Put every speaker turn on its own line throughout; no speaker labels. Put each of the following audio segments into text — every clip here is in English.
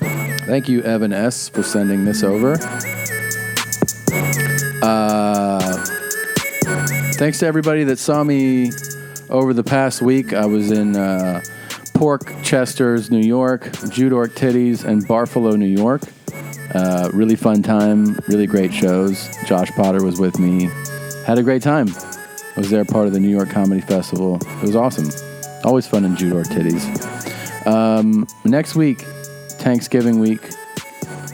Thank you, Evan S., for sending this over. Uh, thanks to everybody that saw me over the past week. I was in uh, Pork Chester's, New York, Judork Titties, and Barfalo, New York. Uh, really fun time, really great shows. Josh Potter was with me. Had a great time. I was there part of the New York Comedy Festival. It was awesome. Always fun in Judork Titties. Um, next week, Thanksgiving week,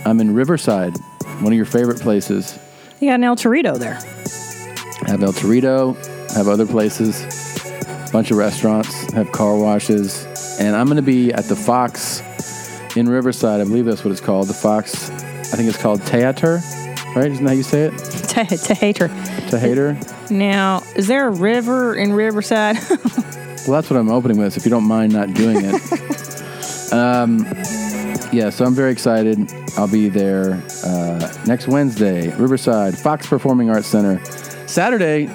I'm in Riverside, one of your favorite places.
You got an El Torito there.
Have El Torito, have other places, bunch of restaurants, have car washes, and I'm going to be at the Fox in Riverside. I believe that's what it's called. The Fox, I think it's called Theater, right? Isn't that how you say it?
To, to Hater.
Theater.
Now, is there a river in Riverside?
Well, that's what I'm opening with. If you don't mind not doing it, um, yeah. So I'm very excited. I'll be there uh, next Wednesday, Riverside Fox Performing Arts Center. Saturday,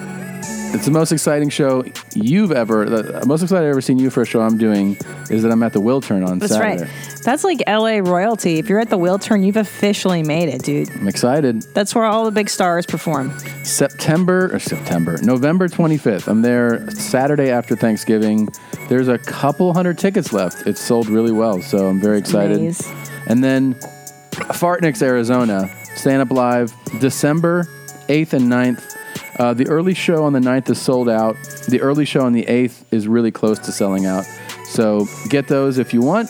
it's the most exciting show you've ever. The most excited I've ever seen you for a show I'm doing is that I'm at the Will Turn on
That's
Saturday.
right. That's like LA royalty. If you're at the wheel turn, you've officially made it, dude.
I'm excited.
That's where all the big stars perform.
September or September, November 25th. I'm there Saturday after Thanksgiving. There's a couple hundred tickets left. It's sold really well, so I'm very excited.
Nice.
And then Fartniks, Arizona, Stand Up Live, December 8th and 9th. Uh, the early show on the 9th is sold out. The early show on the 8th is really close to selling out. So get those if you want.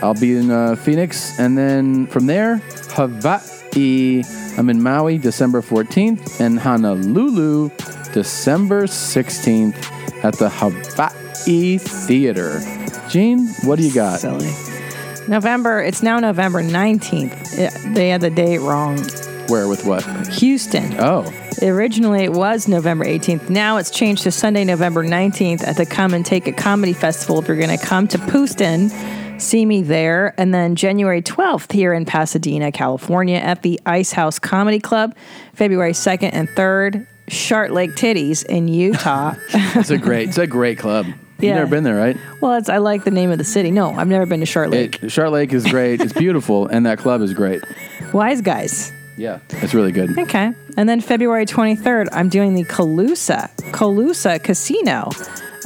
I'll be in uh, Phoenix. And then from there, Hawaii. I'm in Maui December 14th and Honolulu December 16th at the Hawaii Theater. Gene, what do you got?
Silly. November, it's now November 19th. Yeah, they had the date wrong.
Where with what?
Houston.
Oh,
Originally, it was November 18th. Now it's changed to Sunday, November 19th at the Come and Take It Comedy Festival. If you're going to come to Pooston, see me there. And then January 12th here in Pasadena, California at the Ice House Comedy Club. February 2nd and 3rd, Shart Lake Titties in Utah.
it's a great, it's a great club.
Yeah.
You've never been there, right?
well, it's, I like the name of the city. No, I've never been to Shart Lake.
It, Shart Lake is great. It's beautiful, and that club is great.
Wise Guys.
Yeah, it's really good.
Okay. And then February 23rd, I'm doing the Calusa, Calusa Casino.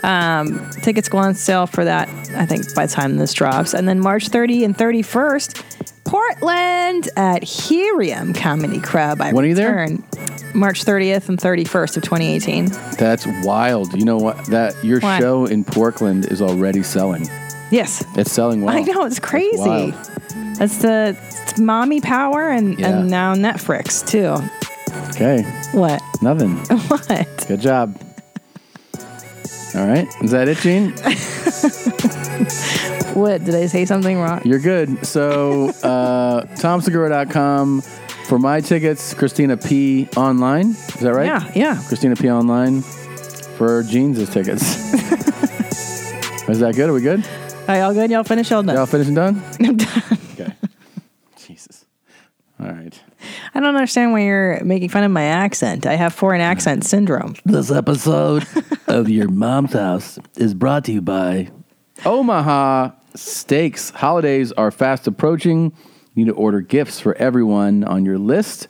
Um, tickets go on sale for that, I think, by the time this drops. And then March 30 and 31st, Portland at Helium Comedy Club. I
When are you there?
return March 30th and 31st of 2018.
That's wild. You know what? That your
What?
show in Portland is already selling.
Yes.
It's selling well.
I know, it's crazy.
wild.
That's the it's mommy power and,
Yeah.
and now Netflix, too.
Okay,
What?
nothing.
What?
Good job. All right, is that it, Gene?
What? Did I say something wrong?
You're good. So, uh, tomsegura.com for my tickets. Christina P online. Is that right?
Yeah, yeah.
Christina P online for Jeans' tickets. Is that good? Are we good?
All right, y'all good? Y'all finished? Y'all done?
Y'all finished and done?
I'm done.
Okay. Jesus. All right.
I don't understand why you're making fun of my accent. I have foreign accent syndrome.
This episode of Your Mom's House is brought to you by
Omaha Steaks. Holidays are fast approaching. You need to order gifts for everyone on your list,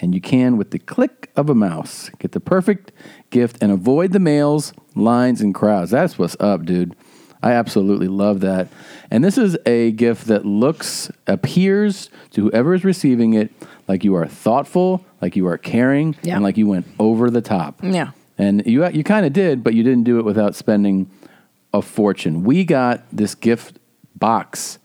and you can with the click of a mouse. Get the perfect gift and avoid the mails, lines, and crowds. That's what's up, dude. I absolutely love that. And this is a gift that looks, appears to whoever is receiving it like you are thoughtful, like you are caring,
Yeah.
and like you went over the top.
Yeah.
And you you kind of did, but you didn't do it without spending a fortune. We got this gift box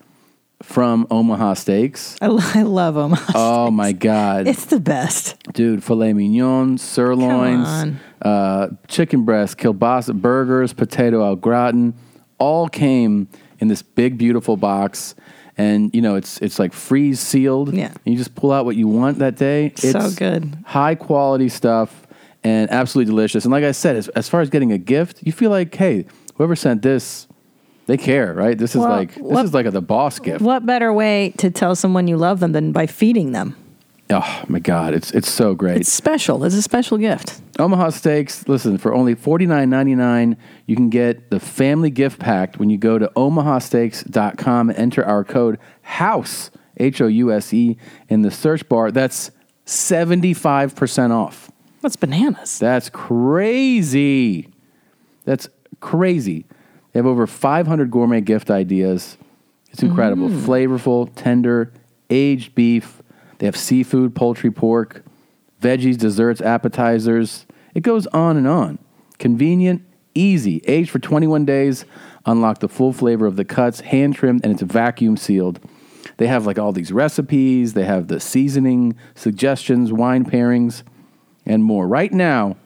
from Omaha Steaks.
I, lo- I love Omaha.
Oh my god.
It's the best.
Dude, filet mignon, sirloins,
Come
uh, chicken breast, kielbasa burgers, potato au gratin, all came in this big, beautiful box. And you know, it's it's like freeze sealed.
Yeah.
And you just pull out what you want that day.
So good.
High quality stuff and absolutely delicious. And like I said, as, as far as getting a gift, you feel like, hey, whoever sent this, they care, right? This is
Well,
like this
what-
is like a, the boss gift.
What better way to tell someone you love them than by feeding them?
Oh my God, it's it's so great.
It's special. It's a special gift.
Omaha Steaks, listen, for only $49.99, you can get the family gift pack when you go to omahasteaks.com and enter our code HOUSE H O U S E, in the search bar. That's 75% off.
That's bananas.
That's crazy. That's crazy. They have over 500 gourmet gift ideas. It's incredible.
Mm.
Flavorful, tender, aged beef. They have seafood, poultry, pork, veggies, desserts, appetizers. It goes on and on. Convenient, easy, aged for 21 days. Unlock the full flavor of the cuts, hand trimmed, and it's vacuum sealed. They have like all these recipes, they have the seasoning suggestions, wine pairings, and more. Right now,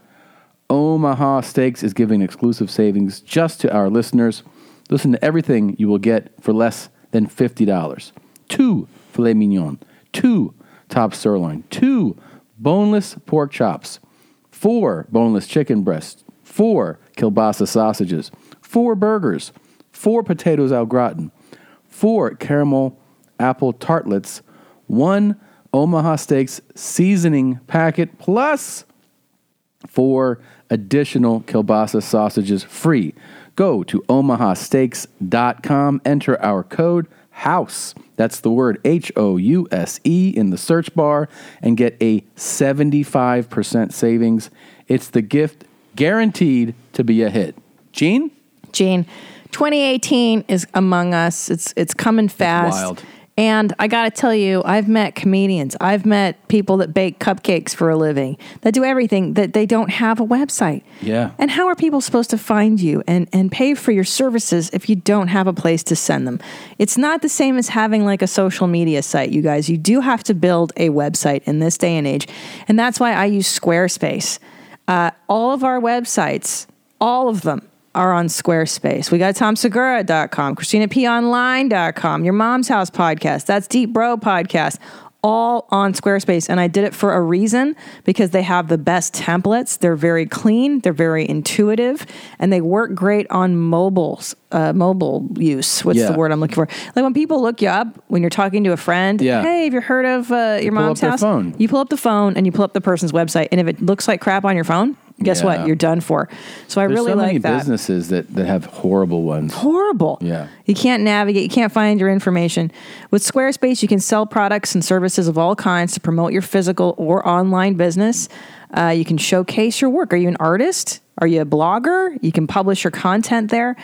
Omaha Steaks is giving exclusive savings just to our listeners. Listen to everything you will get for less than $50. Two filet mignon, two top sirloin, two boneless pork chops, four boneless chicken breasts, four kielbasa sausages, four burgers, four potatoes au gratin, four caramel apple tartlets, one Omaha Steaks seasoning packet, plus four additional kielbasa sausages free. Go to omahasteaks.com, enter our code HOUSE. That's the word H O U S E in the search bar and get a 75% savings. It's the gift guaranteed to be a hit. Gene?
Gene, 2018 is among us. It's it's coming fast.
wild.
And I got to tell you, I've met comedians. I've met people that bake cupcakes for a living, that do everything, that they don't have a website.
Yeah.
And how are people supposed to find you and, and pay for your services if you don't have a place to send them? It's not the same as having like a social media site, you guys. You do have to build a website in this day and age. And that's why I use Squarespace. Uh, all of our websites, all of them, are on Squarespace. We got tomsegura.com, ChristinaPOnline.com, Your Mom's House Podcast. That's Deep Bro Podcast. All on Squarespace. And I did it for a reason because they have the best templates. They're very clean, they're very intuitive, and they work great on mobiles, uh, mobile use. What's
Yeah.
the word I'm looking for? Like when people look you up, when you're talking to a friend,
Yeah.
hey, have you heard of uh, your
pull
mom's
up their
house?
phone.
You pull up the phone and you pull up the person's website. And if it looks like crap on your phone, guess
Yeah.
what? You're done for. So I
There's
really
so
like
many
that.
businesses that, that have horrible ones.
Horrible.
Yeah.
You can't navigate, you can't find your information. With Squarespace, you can sell products and services of all kinds to promote your physical or online business. Uh, you can showcase your work. Are you an artist? Are you a blogger? You can publish your content there.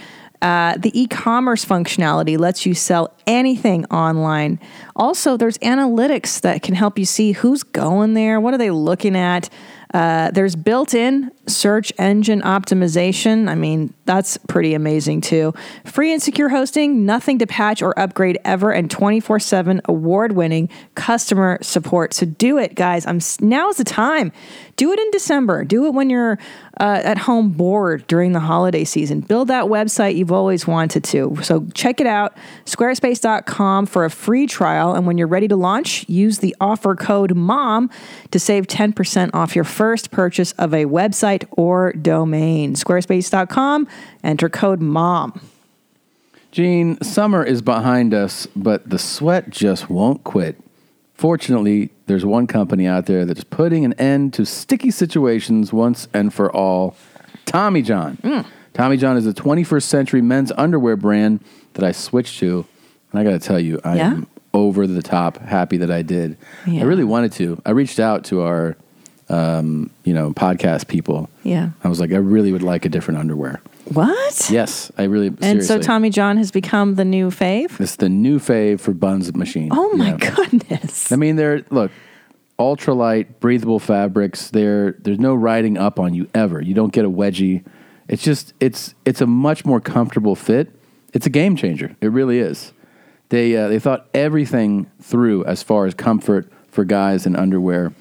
Uh, the e commerce functionality lets you sell anything online. Also, there's analytics that can help you see who's going there, what are they looking at. Uh, there's built in search engine optimization. I mean, that's pretty amazing too. Free and secure hosting, nothing to patch or upgrade ever, and 24 7 award winning customer support. So do it, guys. I'm s- Now is the time. Do it in December. Do it when you're uh, at home bored during the holiday season. Build that website you've always wanted to. So check it out, squarespace.com for a free trial. And when you're ready to launch, use the offer code MOM to save 10% off your first purchase of a website or domain. Squarespace.com, enter code MOM.
Gene, summer is behind us, but the sweat just won't quit. Fortunately, there's one company out there that's putting an end to sticky situations once and for all Tommy John.
Hmm.
Tommy John is a 21st century men's underwear brand that I switched to. And I got to tell you, I
Yeah?
am over the top happy that I did. I
Yeah.
really wanted to. I reached out to our, um, you know, podcast people.
Yeah.
I was like, I really would like a different underwear.
What?
Yes, I really.
And so
seriously.
Tommy John has become the new fave.
It's the new fave for buns machine.
Oh my
Yeah.
goodness.
I mean, they're look ultralight, breathable fabrics. There, there's no riding up on you ever. You don't get a wedgie. It's just it's it's a much more comfortable fit. It's a game changer. It really is. They uh, they thought everything through as far as comfort for guys in underwear.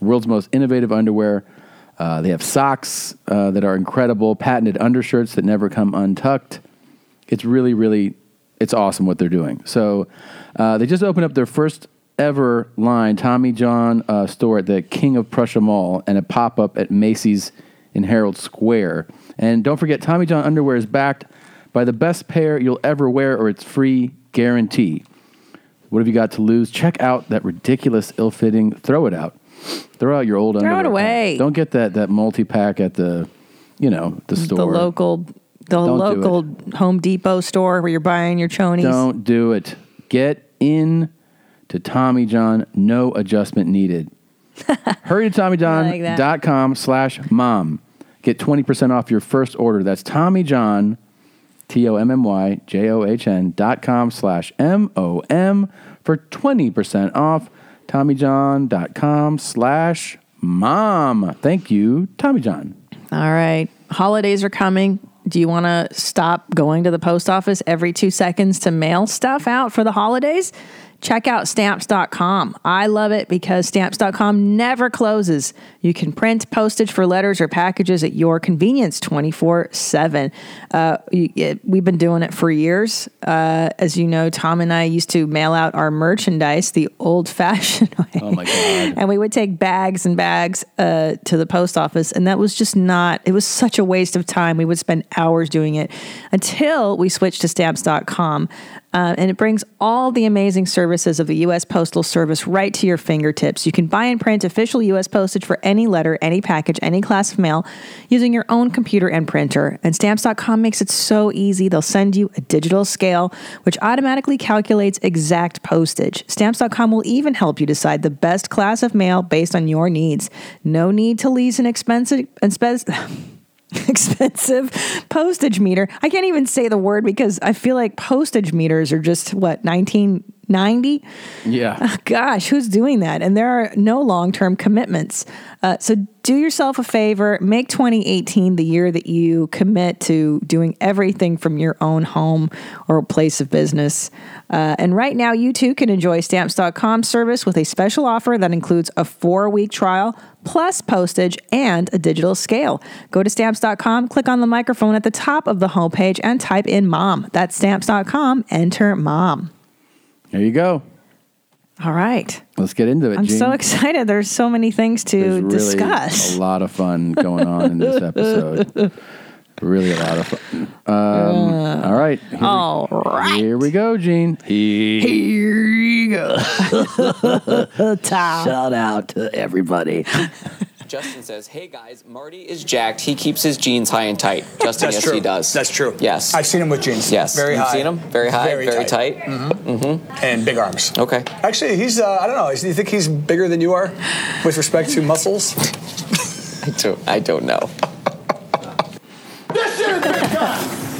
World's most innovative underwear. Uh, they have socks uh, that are incredible, patented undershirts that never come untucked it's really, really, it's awesome what they're doing. So uh, they just opened up their first ever line Tommy John uh, store at the King of Prussia Mall and a pop up at Macy's in Herald Square. And don't forget, Tommy John underwear is backed by the best pair you'll ever wear, or it's free guarantee. What have you got to lose? Check out that ridiculous, ill-fitting. Throw it out. Throw out your old
Throw it
underwear.
away.
Don't get that that multi-pack at the, you know, the store.
The local, the
Don't do
local Home Depot store where you're buying your chonies.
Don't do it. Get in to Tommy John. No adjustment needed. Hurry to
I like
TommyJohn.com
that.
com slash mom. Get 20% off your first order. That's Tommy John, T O M M Y J O H N dot com slash M O M for 20% off. TommyJohn.com slash mom. Thank you, Tommy John.
All right. Holidays are coming. Do you want to stop going to the post office every two seconds to mail stuff out for the holidays? Check out stamps.com. I love it because stamps.com never closes. You can print postage for letters or packages at your convenience 24 7. We've been doing it for years. Uh, as you know, Tom and I used to mail out our merchandise the old fashioned way
Oh my God.
and we would take bags and bags uh, to the post office and that was just not it was such a waste of time we would spend hours doing it until we switched to stamps.com uh, and it brings all the amazing services of the u.s postal service right to your fingertips you can buy and print official u.s postage for any letter any package any class of mail using your own computer and printer and stamps.com makes it so easy they'll send you a digital scale which automatically calculates exact postage stamps.com will even help you decide the best class of mail based on your needs no need to lease an expensive expensive expensive postage meter i can't even say the word because i feel like postage meters are just what 1990
Yeah.
gosh, who's doing that? And there are no long term commitments. Uh, so do yourself a favor, make 2018 the year that you commit to doing everything from your own home or place of business. Uh, and right now, you too can enjoy stamps.com service with a special offer that includes a four week trial. Plus postage and a digital scale. Go to stamps.com, click on the microphone at the top of the homepage, and type in mom. That's stamps.com, enter mom.
There you go.
All right.
Let's get into it.
I'm so
Gene.
excited. There's so many things to
There's really
discuss.
A lot of fun going on in this episode. really a lot of fun. Um, all right. Here,
All right.
Here we go, Gene.
Here you go.
Tom.
Shout out to everybody.
Justin says, "Hey guys, Marty is jacked. He keeps his jeans high and tight. Justin,
That's
yes,
true.
he does.
That's true.
Yes,
I've seen him with jeans.
yes.
Very
You've
high.
seen him. Very high. Very, tight.
Mm. And big arms.
Okay.
Actually, he's, uh, I don't know, is- do you think he's bigger than you are with respect to muscles?
I don't. I don't know.
This is big time.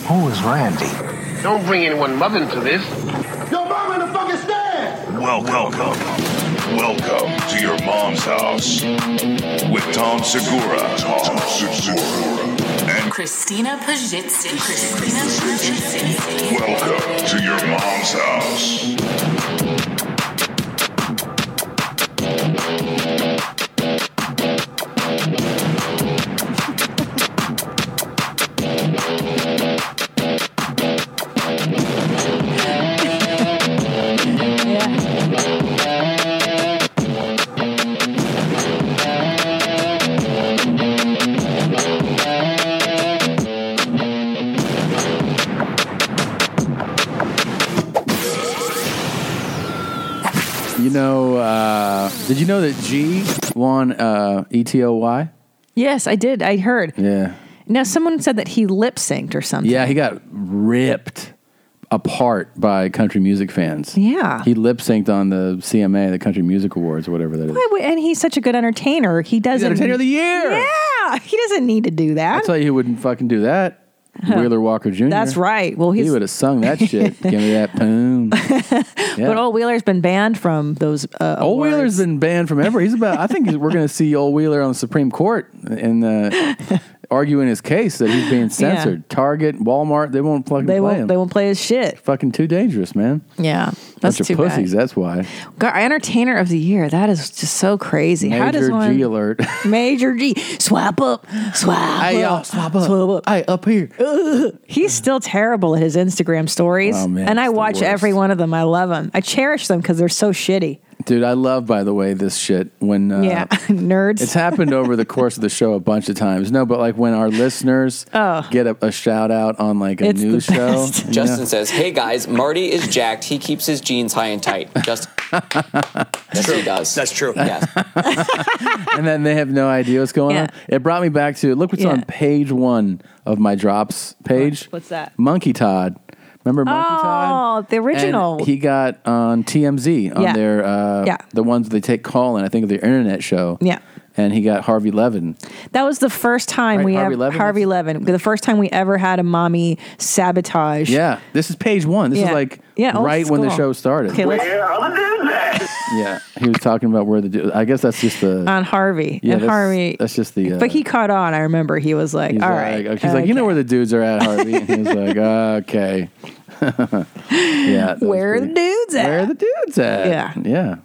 Who is Randy?
Don't bring anyone mother into this.
Your mom in the fucking stand.
Welcome. Welcome to your mom's house with Tom Segura. Tom Segura. And
Christina Pajitsky. Christina Pajitsky.
welcome to your mom's house.
Yeah.
You know, uh, did you know that G won uh, ETOY?
Yes, I did. I heard.
Yeah.
Now, someone said that he lip synced or something.
Yeah, he got ripped apart by country music fans.
Yeah.
He lip synced on the CMA, the Country Music Awards, or whatever that is.
Why would- And he's such a good entertainer. He doesn't.
Entertainer of the Year.
Yeah. He doesn't need to do
I'll
that.
tell you who wouldn't fucking do that. Wheeler Walker Jr.
That's right. Well,
He
he's.
would have sung that shit. Give me that poon. Yeah.
but old Wheeler's been banned from those. Uh,
Old
awards.
Wheeler's been banned from ever. He's about. I think we're going to see Old Wheeler on the Supreme Court and uh, arguing his case that he's being censored. Target, Walmart, they won't fucking
They
play
won't.
him.
They won't play his shit.
Fucking too dangerous, man.
Yeah, that's
Bunch
too
of pussies. That's why.
bad. God, entertainer of the year. That is just so crazy. How does
Major
one?
G alert.
Major G. Swap up. Swap
Hey
up.
y'all, swap up. Hey, up here.
He's still terrible at his Instagram stories.
Oh, man,
and I
it's the
watch
worst.
every one of them. I love them. I cherish them because they're so shitty.
Dude, I love by the way this shit when uh,
yeah. Nerds.
It's happened over the course of the show a bunch of times. No, but like when our listeners get a, a shout out on like a
Oh. It's the
news show.
best.
you know?
Justin says, "Hey guys, Marty is jacked. He keeps his jeans high and tight. Justin, yes, he does.
That's true.
Yes.
and then they have no idea what's going
Yeah.
on. It brought me back to look what's
Yeah.
on page one of my drops page.
What's that?
Monkey Todd Remember Monkey Time?
Oh, the original.
And he got on TMZ on
Yeah.
their uh,
Yeah.
the ones they take call in. I think of their internet show.
Yeah.
and he got Harvey Levin.
that was the first time
Right,
we
Harvey
ever
Levin?
Harvey Levin. The first time we ever had a mommy sabotage.
Yeah, this is page one. This
Yeah.
is like
Yeah, old
right when the
school.
show started.
Okay, let's,
Yeah, he was talking about where the. du- I guess that's just the.
on Harvey
yeah,
and
that's,
Harvey.
That's just the. Uh,
but he caught on. I remember he was like,
He's
"All right."
like, uh, he's like, you know where the dudes are at, Harvey. And he was like, okay. yeah. that was
Where are the
pretty-
dudes at?
Where are the dudes at?
Yeah.
Yeah.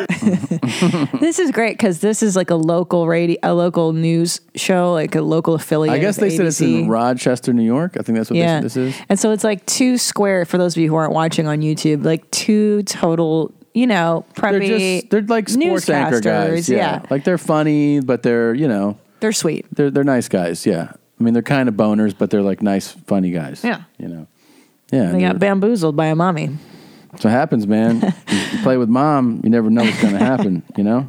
this is, this is great because this is like a local radio, a local news show, like a local affiliate.
I guess
of
they said it's in
ABC.
Rochester, New York. I think that's what
Yeah,
this, this is.
and so it's like two square for those of you who aren't watching on YouTube, like two total, you know,
They're
preppy.
just they're like sports anchor guys.
newscasters,
Yeah. Like they're funny, but they're, you know,
they're sweet.
they're they're nice guys. Yeah. I mean, they're kind of boners, but they're like nice, funny guys.
Yeah.
You know. Yeah.
They
and
got
they're-
bamboozled by a mommy.
that's what happens, man. you you play with mom, you never know what's going to happen, you know?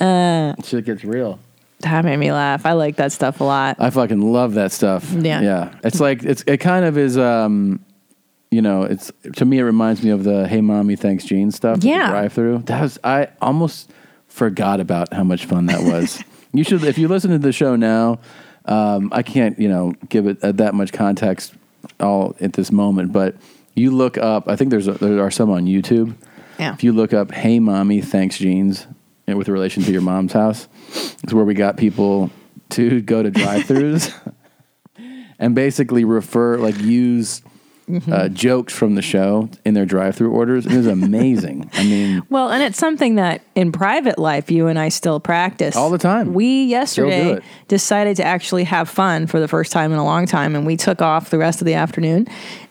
Uh,
Shit gets real.
That made me laugh. I like that stuff a lot.
I fucking love that stuff.
Yeah.
Yeah. It's like it's it kind of is um you know, it's to me it reminds me of the hey mommy thanks Jean stuff.
Yeah.
Drive through. That was I almost forgot about how much fun that was. you should if you listen to the show now, um I can't, you know, give it uh, that much context all at this moment, but you look up, I think there's a, there are some on YouTube.
Yeah.
If you look up "Hey Mommy, Thanks Jeans," and with relation to your mom's house, it's where we got people to go to drive-throughs and basically refer, like, use uh, jokes from the show in their drive-through orders. It was amazing. I mean,
Well, and it's something that in private life you and I still practice
All the time.
We
Still do
yesterday
it.
decided to actually have fun for the first time in a long time, and we took off the rest of the afternoon,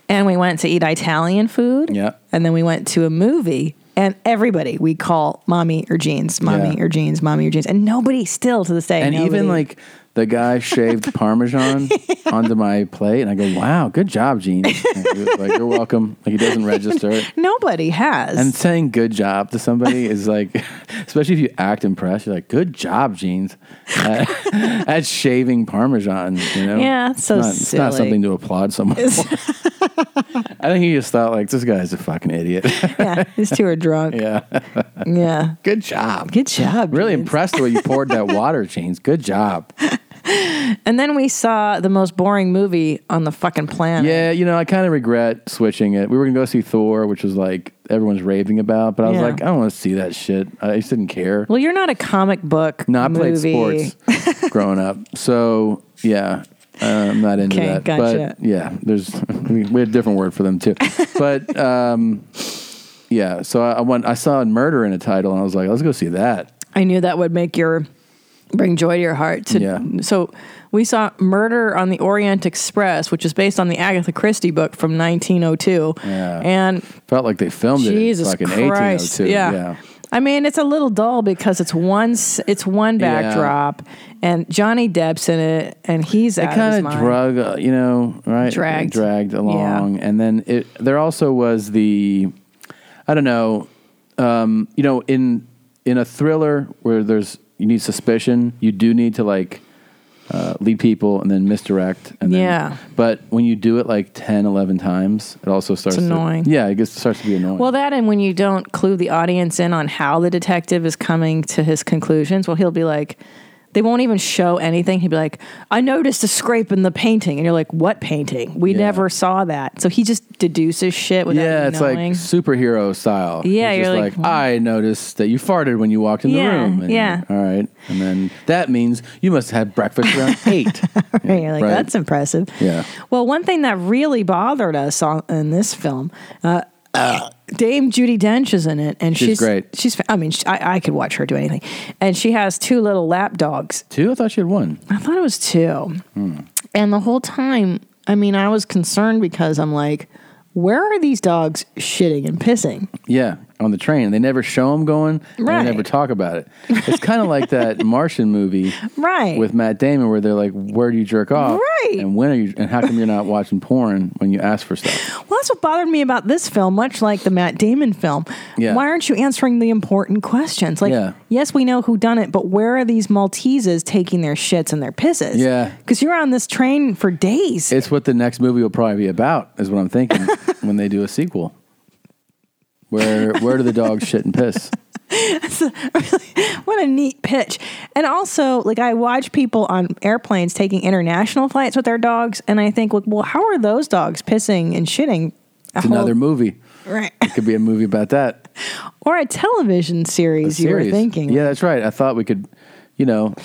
and we went to eat Italian food.
Yeah.
and then we went to a movie. And everybody we call mommy or jeans, mommy
Yeah.
or jeans, mommy or jeans, and nobody still to this day.
and
nobody-
even like the guy shaved parmesan onto my plate, and I go, "Wow, good job, Gene." And he was like, "You're welcome." Like he doesn't register it.
nobody has.
And saying good job to somebody is like, especially if you act impressed, you're like, good job, jeans, at, at shaving Parmesan, you know?
Yeah, it's so
it's not, It's not
silly.
something to applaud someone for. I think he just thought, like, this guy's a fucking idiot.
yeah, these two are drunk.
yeah.
yeah.
Good job.
Good job.
Really
Jeans.
impressed the way you poured that water, jeans. Good job.
And then we saw the most boring movie on the fucking planet.
Yeah, you know, I kind of regret switching it. We were going to go see Thor, which was like everyone's raving about, but I was
Yeah.
like, I don't want to see that shit. I just didn't care.
Well, you're not a comic book.
No, I played
movie.
sports growing up. So yeah, uh, I'm not into
Okay,
that.
gotcha.
But yeah, there's we, we had a different word for them too. But um, yeah, so I, I went. I saw murder in a title, and I was like, let's go see that.
I knew that would make your bring joy to your heart. To,
Yeah.
So we saw Murder on the Orient Express, which is based on the Agatha Christie book from 1902.
Yeah.
And
Felt like they filmed
Jesus
it in fucking
Christ,
1802.
yeah. I mean, it's a little dull because it's one s- it's one
Yeah.
backdrop, and Johnny Depp's in it, and he's
It
out of his
kind of
mind.
drug, uh, you know, right?
Dragged.
dragged along, and then it. There also was the, I don't know, um, you know, in in a thriller where there's you need suspicion, you do need to like uh, lead people and then misdirect, and then,
Yeah.
But when you do it like 10, 11 times, it also starts to-
annoying.
yeah, it gets starts to be annoying.
Well, that and when you don't clue the audience in on how the detective is coming to his conclusions, well, he'll be like, they won't even show anything. He'll be like, I noticed a scrape in the painting. And you're like, what painting? We
Yeah.
never saw that. So he just deduces shit without
yeah,
even
it's like
knowing.
superhero style.
Yeah,
He's
you're
just
like,
I noticed that you farted when you walked in
Yeah,
the room. And you're
yeah.
like, All right, and then that means you must have had breakfast around eight.
And you're like,
right.
that's impressive.
Yeah.
Well, one thing that really bothered us on, in this film, uh, Dame Judy Dench is in it, and she's,
She's great.
She's, I mean, she, I, I could watch her do anything, and she has two little lap dogs,
Two? I thought you had one.
I thought it was two. And the whole time, I mean, I was concerned because I'm like, where are these dogs shitting and pissing?
Yeah, on the train. They never show him going. and
Right.
They never talk about it. It's kind of like that Martian movie
Right.
with Matt Damon where they're like, "Where do you jerk off?
Right.
And when are you? And how come you're not watching porn when you ask for stuff?
Well, that's what bothered me about this film, much like the Matt Damon film.
Yeah.
Why aren't you answering the important questions? Like,
Yeah.
yes, we know who done it, but where are these Malteses taking their shits and their pisses?
Yeah.
Because you're on this train for days.
It's what the next movie will probably be about. Is what I'm thinking when they do a sequel. Where where do the dogs shit and piss?
what a neat pitch. And also, like, I watch people on airplanes taking international flights with their dogs, and I think, like, well, how are those dogs pissing and shitting? a
It's
whole-
another movie.
Right.
It could be a movie about that.
Or a television series, you were
series.
thinking.
Yeah, that's right. I thought we could, you know,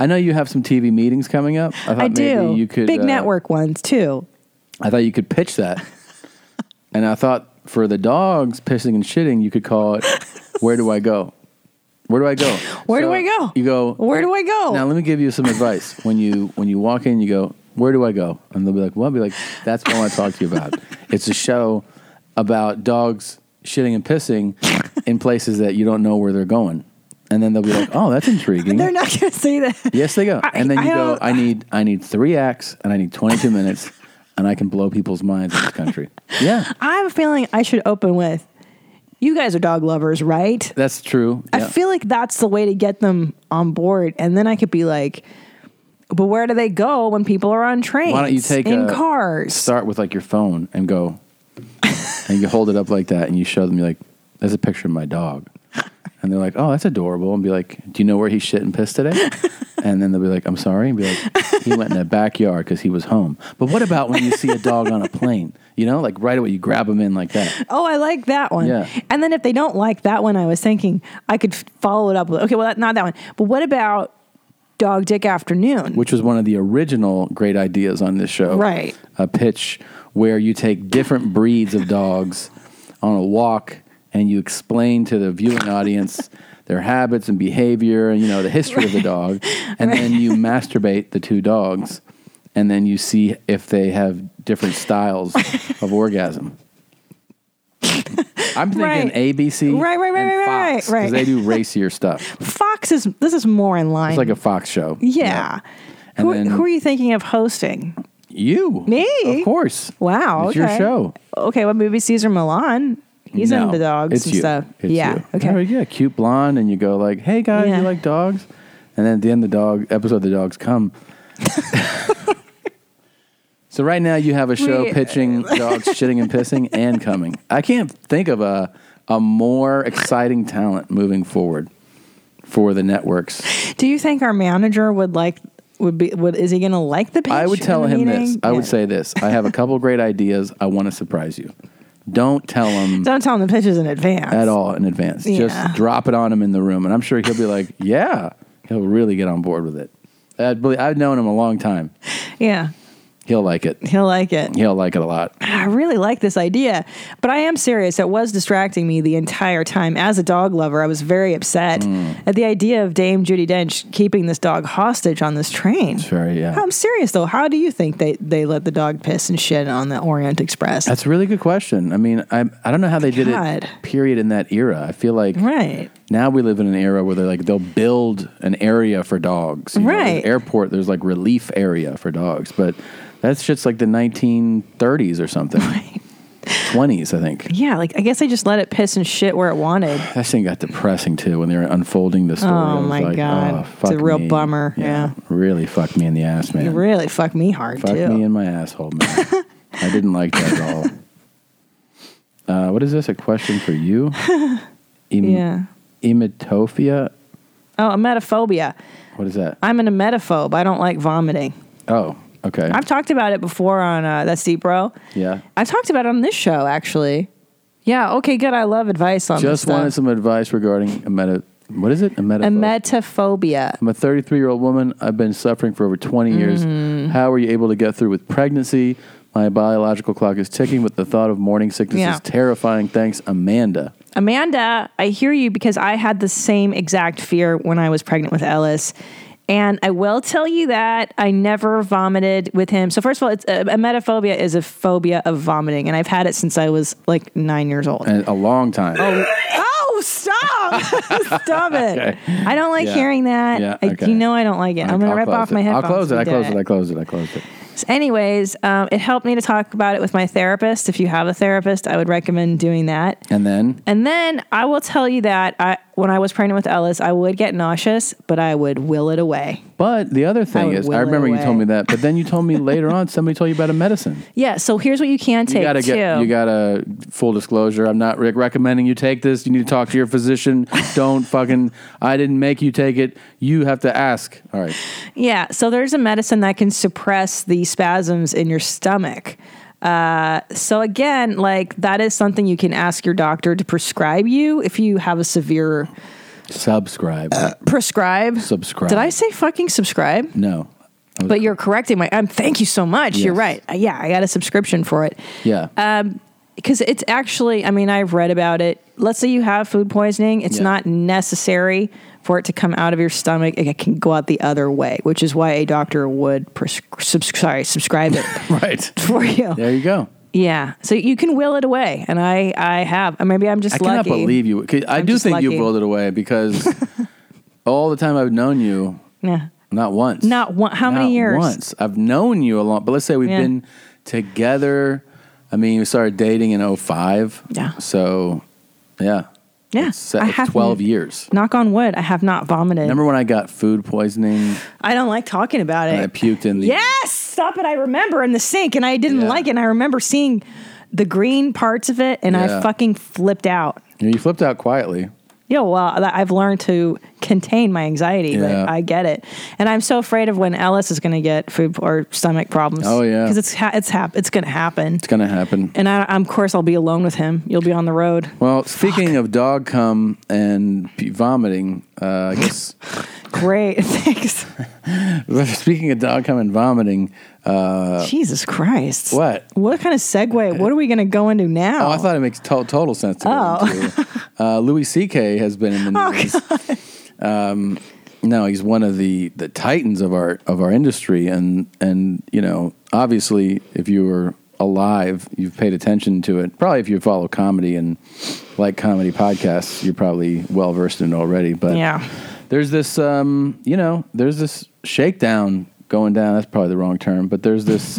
I know you have some TV meetings coming up. I thought
I
maybe
do.
you could
Big
uh,
network ones, too.
I thought you could pitch that. and I thought for the dogs pissing and shitting, you could call it "Where do I go? Where do I go?
Where do
So
I go?
You go.
Where do I go?
Now let me give you some advice. When you when you walk in, you go, "Where do I go?" And they'll be like, "Well," I'll be like, "That's what I want to talk to you about. It's a show about dogs shitting and pissing in places that you don't know where they're going." And then they'll be like, "Oh, that's intriguing."
They're not going to say that.
yes, they go.
I-
and then
I
you go,
don't-
"I need I need three acts and I need 22 minutes." And I can blow people's minds in this country. Yeah,
I have a feeling I should open with, you guys are dog lovers, right?
that's true.
I
Yeah.
feel like that's the way to get them on board. And then I could be like, but where do they go when people are on trains?
Why don't you take
in
a-
cars?
start with like your phone and go and you hold it up like that and you show them you're like there's a picture of my dog and they're like oh that's adorable and be like do you know where he shit and pissed today and then they'll be like i'm sorry and be like he went in the backyard because he was home but what about when you see a dog on a plane you know like right away you grab him in like that
Oh, I like that one.
Yeah.
And then if they don't like that one, I was thinking I could f- follow it up with, okay, well, that, not that one. But what about Dog Dick Afternoon?
which was one of the original great ideas on this show
Right.
a pitch where you take different breeds of dogs on a walk and you explain to the viewing audience their habits and behavior and you know the history of the dog and then you masturbate the two dogs and then you see if they have different styles of orgasm I'm thinking
Right.
ABC,
Right, right, right,
and
right, right,
Fox,
right.
'cause They do racier stuff.
Fox is, this is more in line.
It's like a Fox show.
yeah.
And
Who,
then-
who are you thinking of hosting?
You,
Me?
of course.
Wow.
it's
okay.
your show.
Okay, what movie? Caesar Milan. He's
No,
into dogs
it's
and
you.
stuff.
It's
yeah.
you.
Okay.
Oh, yeah, cute blonde, and you go like, "Hey guys,
Yeah.
you like dogs?" And then at the end, of the dog episode, the dogs come. so right now, you have a show
We-
pitching dogs shitting and pissing and coming. I can't think of a a more exciting talent moving forward for the networks.
Do you think our manager would like would be would is he going to like the pitch?
I would
in
tell
the
him
meeting?
this. I would
Yeah.
say this. I have a couple great ideas. I want to surprise you. Don't tell him.
Don't tell him the pitches in advance.
at all in advance.
Yeah.
Just drop it on him in the room, and I'm sure he'll be like, "Yeah." He'll really get on board with it. I'd believe, I've known him a long time.
Yeah.
He'll like it.
He'll like it.
He'll like it a lot.
I really like this idea, but I am serious. It was distracting me the entire time. As a dog lover, I was very upset
Mm.
at the idea of Dame Judy Dench keeping this dog hostage on this train.
Very yeah.
I'm serious though. How do you think they, they let the dog piss and shit on the Orient Express?
That's a really good question. I mean, I I don't know how they did
God.
it. Period in that era. I feel like
right.
now we live in an era where they're like they'll build an area for dogs. you know, there's
Right.
airport. There's like relief area for dogs, but that's just like the 1930s or something. 20s, I think.
Yeah, like I guess I just let it piss and shit where it wanted.
That thing got depressing too when they were unfolding the story.
Oh,
I was
my
like,
God.
oh,
It's
fuck
a real
me.
bummer, yeah.
really fucked me in the ass, man.
It really fucked me hard
fucked
too.
me in my asshole, man. I didn't like that at all. Uh, what is this? A question for you? Em-
yeah.
Emetophia.
Oh, emetophobia.
What is that?
I'm an emetophobe. I don't like vomiting.
oh, okay.
I've talked about it before on uh, That's Deep Bro.
yeah.
I talked about it on this show actually. Yeah. Okay. Good. I love advice on
Just
this
wanted
stuff.
some advice regarding emeta. What is it? Emetopho-
emetophobia.
I'm a 33 year old woman. I've been suffering for over 20
Mm-hmm.
years. How are you able to get through with pregnancy? My biological clock is ticking, but the thought of morning sickness
Yeah.
is terrifying. Thanks, Amanda.
Amanda, I hear you because I had the same exact fear when I was pregnant with Ellis. And I will tell you that I never vomited with him. So first of all, it's uh, emetophobia is a phobia of vomiting, and I've had it since I was like nine years old.
And a long time.
Oh, wrong. Stop it.
Okay.
I don't like
Yeah.
hearing that.
Yeah,
I-
okay.
you know I don't like it. I'm going to
I'll
rip
close
off
it.
my headphones.
I'll close it.
if
I
you
closed
do
it. I closed it. I closed it.
So anyways, um, it helped me to talk about it with my therapist. If you have a therapist, I would recommend doing that.
And then
And then I will tell you that I, when I was pregnant with Ellis, I would get nauseous, but I would will it away.
But the other thing
would
is,
will
I
it
remember you
away.
told me that, but then you told me later on somebody told you about a medicine.
Yeah. So here's what you can take
you gotta
too.
get, you gotta full disclosure. I'm not re- recommending you take this. You need to talk to your physician. Don't fucking. I didn't make you take it. You have to ask. All right.
Yeah. So there's a medicine that can suppress the spasms in your stomach. Uh, so again, like that is something you can ask your doctor to prescribe you if you have a severe
Subscribe.
Uh, prescribe.
Subscribe.
Did I say fucking subscribe?
no.
But you're correcting my. Um, thank you so much. You're
Yes.
right. Uh, Yeah, I got a subscription for it
Yeah.
uh, because it's actually. I mean, I've read about it. Let's say you have food poisoning. It's
Yeah.
not necessary for it to come out of your stomach. It can go out the other way, which is why a doctor would pres- subs- sorry, subscribe it
right.
for you. Yeah.
There you go.
So you can will it away, and I I have. Or maybe I'm just
I cannot
lucky.
believe you. 'Cause I
I'm
do
just
think
lucky.
you've rolled it away because all the time I've known you,
Yeah.
not once.
Not one. How
Not
many years?
Once. I've known you a long, but let's say we've
Yeah.
been together. I mean, we started dating in 05.
Yeah.
So, yeah.
Yeah.
It's, uh,
I haven't-
12 years.
Knock on wood. I have not vomited.
Remember when I got food poisoning
I don't like talking about
and I
it.
puked in the.
Yes, stop it. I remember in the sink and I didn't
Yeah.
like it. And I remember seeing the green parts of it and I
Yeah.
fucking flipped out.
You flipped out quietly.
Yo, well, th- I've learned to contain my anxiety. but
Yeah.
I get it, and I'm so afraid of when Ellis is going to get food p- or stomach problems.
Oh, yeah.
because it's ha- it's hap- it's going to happen.
It's going to happen.
And I, I'm, of course, I'll be alone with him. You'll be on the road.
Well, speaking of dog cum and p- vomiting, uh, I guess.
Great, thanks.
speaking of dog cum and vomiting, Oh.
Jesus Christ!
what?
What kind of segue? What are we going to go into now?
Oh, I thought it makes to- total sense to go into. Uh, Louis C.K. has been in the
Oh,
news. um, no, he's one of the, the titans of our of our industry, and and you know, obviously, if you were alive, you've paid attention to it. Probably if you follow comedy and like comedy podcasts, you're probably well versed in it already. But
Yeah.
there's this, um, you know, there's this shakedown going down. That's probably the wrong term, but there's this.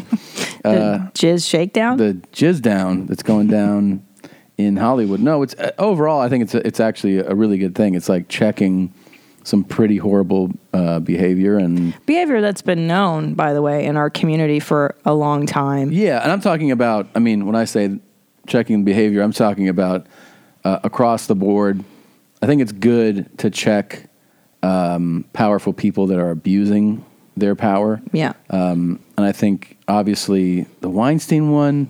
The jizz shakedown.
uh, the jizz down that's going down in Hollywood. No, it's uh, overall. I think it's a, it's actually a really good thing. It's like checking some pretty horrible uh, behavior and
behavior that's been known, by the way, in our community for a long time.
yeah. And I'm talking about. I mean, when I say checking behavior, I'm talking about uh, across the board. I think it's good to check um, powerful people that are abusing their power.
Yeah.
Uh, and I think obviously the Weinstein one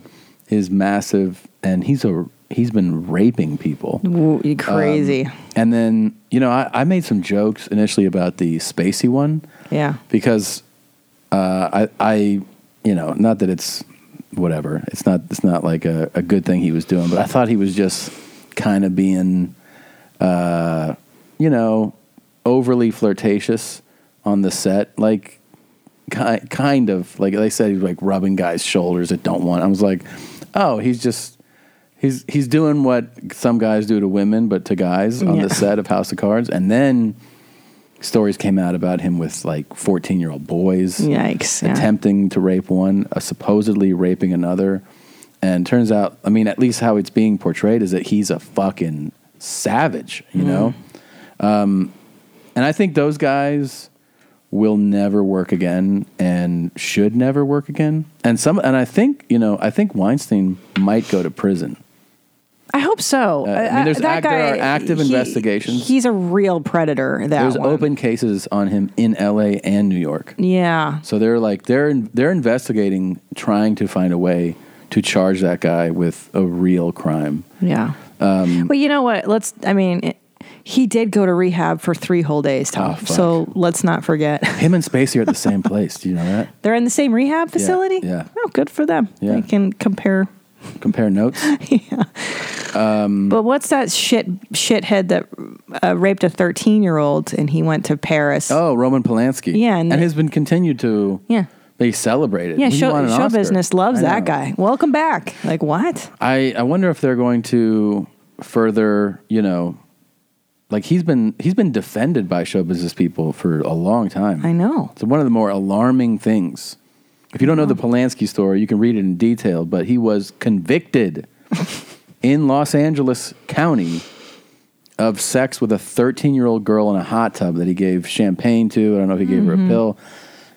is massive, and he's a he's been raping people.
Woo, you crazy.
And then you know I, I made some jokes initially about the Spacey one
yeah.
because uh, I I you know not that it's whatever it's not it's not like a, a good thing he was doing, but I thought he was just kind of being uh, you know overly flirtatious on the set like ki- kind of like they said he's like rubbing guys' shoulders that don't want. I was like, oh, he's just he's he's doing what some guys do to women, but to guys on
Yeah.
the set of House of Cards. And then stories came out about him with like fourteen year old boys
Yikes. yeah.
attempting to rape one, uh, supposedly raping another. And turns out, I mean, at least how it's being portrayed is that he's a fucking savage,
Mm.
you know? Um, and I think those guys will never work again and should never work again. And some, and I think, you know, I think Weinstein might go to prison.
I hope so.
Uh,
Uh,
I mean, there's
that
act- there are active
he-
investigations.
He's a real predator. That
There's
one.
open cases on him in LA and New York.
Yeah.
So they're like they're they're investigating, trying to find a way to charge that guy with a real crime.
Yeah.
Um,
but you know what? Let's. I mean, it, he did go to rehab for three whole days, Tom.
Oh, fuck.
so let's not forget
Him and Spacey are at the same place. Do you know that?
they're in the same rehab facility.
yeah.
Oh, good for them.
Yeah.
They can compare.
Compare notes. Um,
But what's that shit shithead that uh, raped a thirteen year old and he went to Paris?
Oh, Roman Polanski.
Yeah,
and,
and-
has been continued to
Yeah.
be celebrated.
Yeah,
He
show,
won an
show
Oscar.
business loves
I
that
know.
guy. Welcome back. Like what?
I I wonder if they're going to further, you know, Like he's been he's been defended by show business people for a long time.
I know.
It's one of the more alarming things. If you don't know the Polanski story, you can read it in detail, but he was convicted in Los Angeles County of sex with a 13 year old girl in a hot tub that he gave champagne to. I don't know if he gave her a
Mhm.
pill.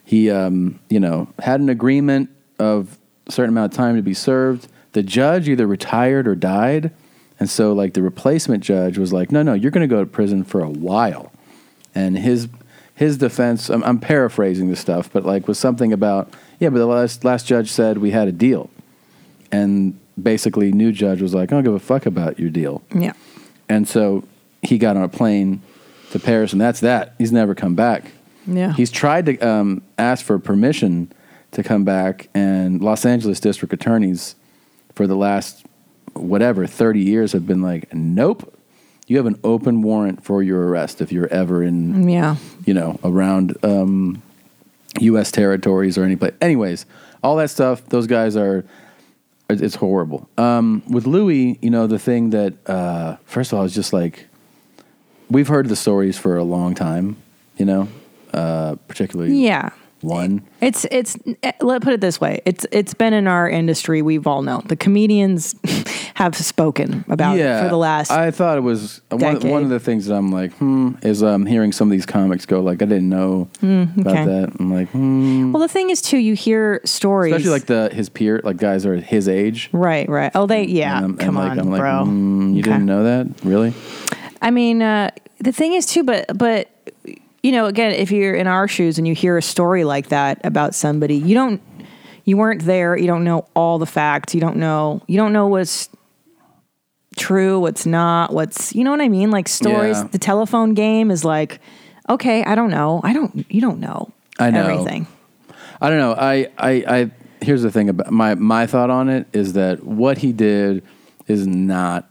He, um, you know, had an agreement of a certain amount of time to be served. The judge either retired or died. And so, like, the replacement judge was like, no, no, you're going to go to prison for a while. And his, his defense, I'm, I'm paraphrasing this stuff, but like, was something about, yeah, but the last, last judge said we had a deal. And basically, new judge was like, I don't give a fuck about your deal.
Yeah.
And so he got on a plane to Paris, and that's that. He's never come back.
Yeah.
He's tried to um, ask for permission to come back, and Los Angeles district attorneys for the last whatever 30 years have been like, nope, you have an open warrant for your arrest if you're ever in,
Yeah.
you know, around um, U.S. territories or any place. Anyways, all that stuff, those guys are it's it's horrible. Um, with Louis, you know, the thing that, uh, first of all, is just like, we've heard the stories for a long time, you know, uh, particularly
Yeah.
one.
It's it's eh, let put it this way. It's it's been in our industry. We've all known the comedians have spoken about it for the last.
I thought it was one,
decade.
one of the things that I'm like, hmm, is um, hearing some of these comics go, like, I didn't know
Hmm, okay.
about that. I'm like, hmm.
well, the thing is too, you hear stories,
Especially like the his peer, like guys are his age.
right, right. Oh, they yeah.
And I'm- and,
come
like,
on,
I'm like,
bro.
hmm, you didn't know that, really?
I mean, uh, the thing is too, but but you know, again, if you're in our shoes and you hear a story like that about somebody, you don't, you weren't there, you don't know all the facts, you don't know, you don't know what's true, what's not, what's you know what I mean? Like stories,
Yeah.
the telephone game is like, okay, I don't know, I don't, you don't know,
I know.
everything.
I don't know. I, I, I here's the thing about my my thought on it is that what he did is not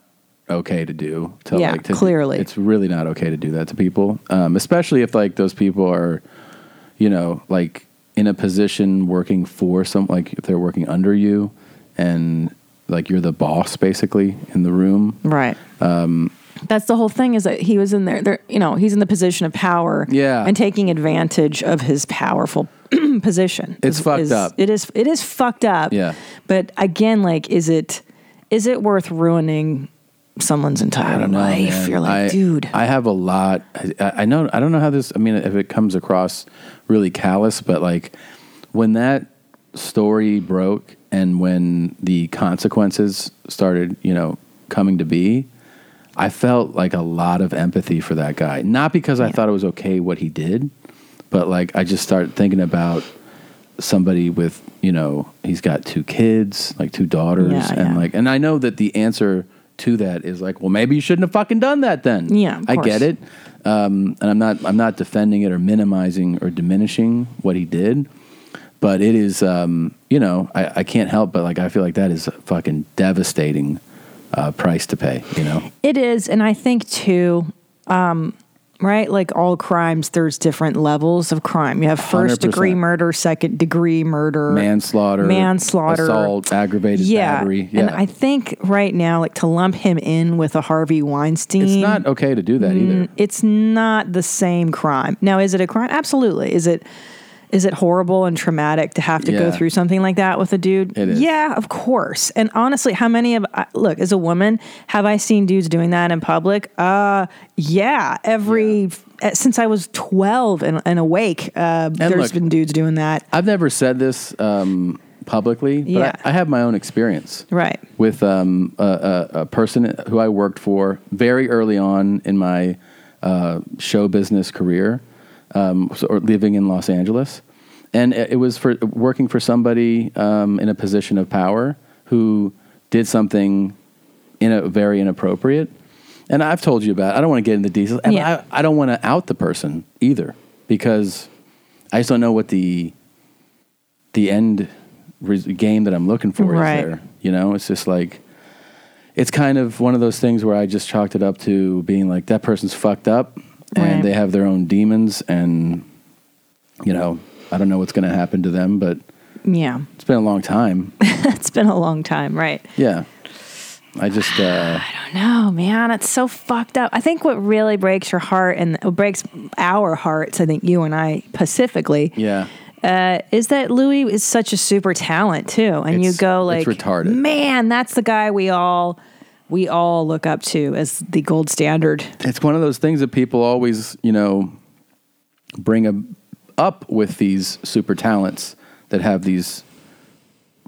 okay to do. To
Yeah,
like, to,
clearly.
it's really not okay to do that to people, um, especially if like those people are, you know, like in a position working for some, like if they're working under you, and like you're the boss basically in the room,
right?
Um,
That's the whole thing is that he was in there, there you know, he's in the position of power
Yeah.
and taking advantage of his powerful position.
It's
is-
fucked
is-
up.
It is it is fucked up.
Yeah.
But again, like is it is it worth ruining someone's entire life?
man.
You're like,
I,
dude,
I have a lot. I, I know. I don't know how this. I mean, if it comes across really callous, but like when that story broke and when the consequences started, you know, coming to be, I felt like a lot of empathy for that guy. Not because I thought it was okay what he did, but like I just started thinking about somebody with you know he's got two kids like two daughters
Yeah,
and
yeah.
like and i know that the answer to that is like well maybe you shouldn't have fucking done that then
Yeah, of
i
course.
get it um, and i'm not i'm not defending it or minimizing or diminishing what he did but it is um, you know I, I can't help but like i feel like that is a fucking devastating uh, price to pay you know
It is, and I think too, um, right? Like all crimes, there's different levels of crime. You have 1st degree
100%.
murder, second degree murder,
manslaughter
Er, manslaughter,
assault aggravated battery
And I think right now, like to lump him in with a Harvey Weinstein.
it's not okay to do that either
Mm, It's not the same crime. Now, is it a crime? Absolutely. Is it is it horrible and traumatic to have to go
Yeah.
through something like that with a dude?
It is.
Yeah, of course. And honestly, how many of I- look as a woman have I seen dudes doing that in public? Uh, yeah, every eh, since I was twelve and, and awake, uh, there's
look,
been dudes doing that.
I've never said this um, publicly, but
Yeah.
I, I have my own experience
Right.
with um, a, a, a person who I worked for very early on in my uh, show business career, um, so- or living in Los Angeles, and it it was for working for somebody um, in a position of power who did something in a very inappropriate. And I've told you about. It. I don't want to get into details, and
Yeah.
I, I don't want to out the person either because I just don't know what the the end res- game that I'm looking for
Right.
is there. You know, it's just like it's kind of one of those things where I just chalked it up to being like that person's fucked up and
Right.
they have their own demons and you know, I don't know what's going to happen to them, but
Yeah,
it's been a long time.
it's been a long time, right?
Yeah. I just uh,
No, man, it's so fucked up. I think what really breaks your heart and what breaks our hearts, I think you and I specifically,
yeah.
uh, is that Louis is such a super talent too. And you
It's-
go like,
it's retarded.
man, that's the guy we all we all look up to as the gold standard.
It's one of those things that people always, you know, bring a, up with these super talents that have these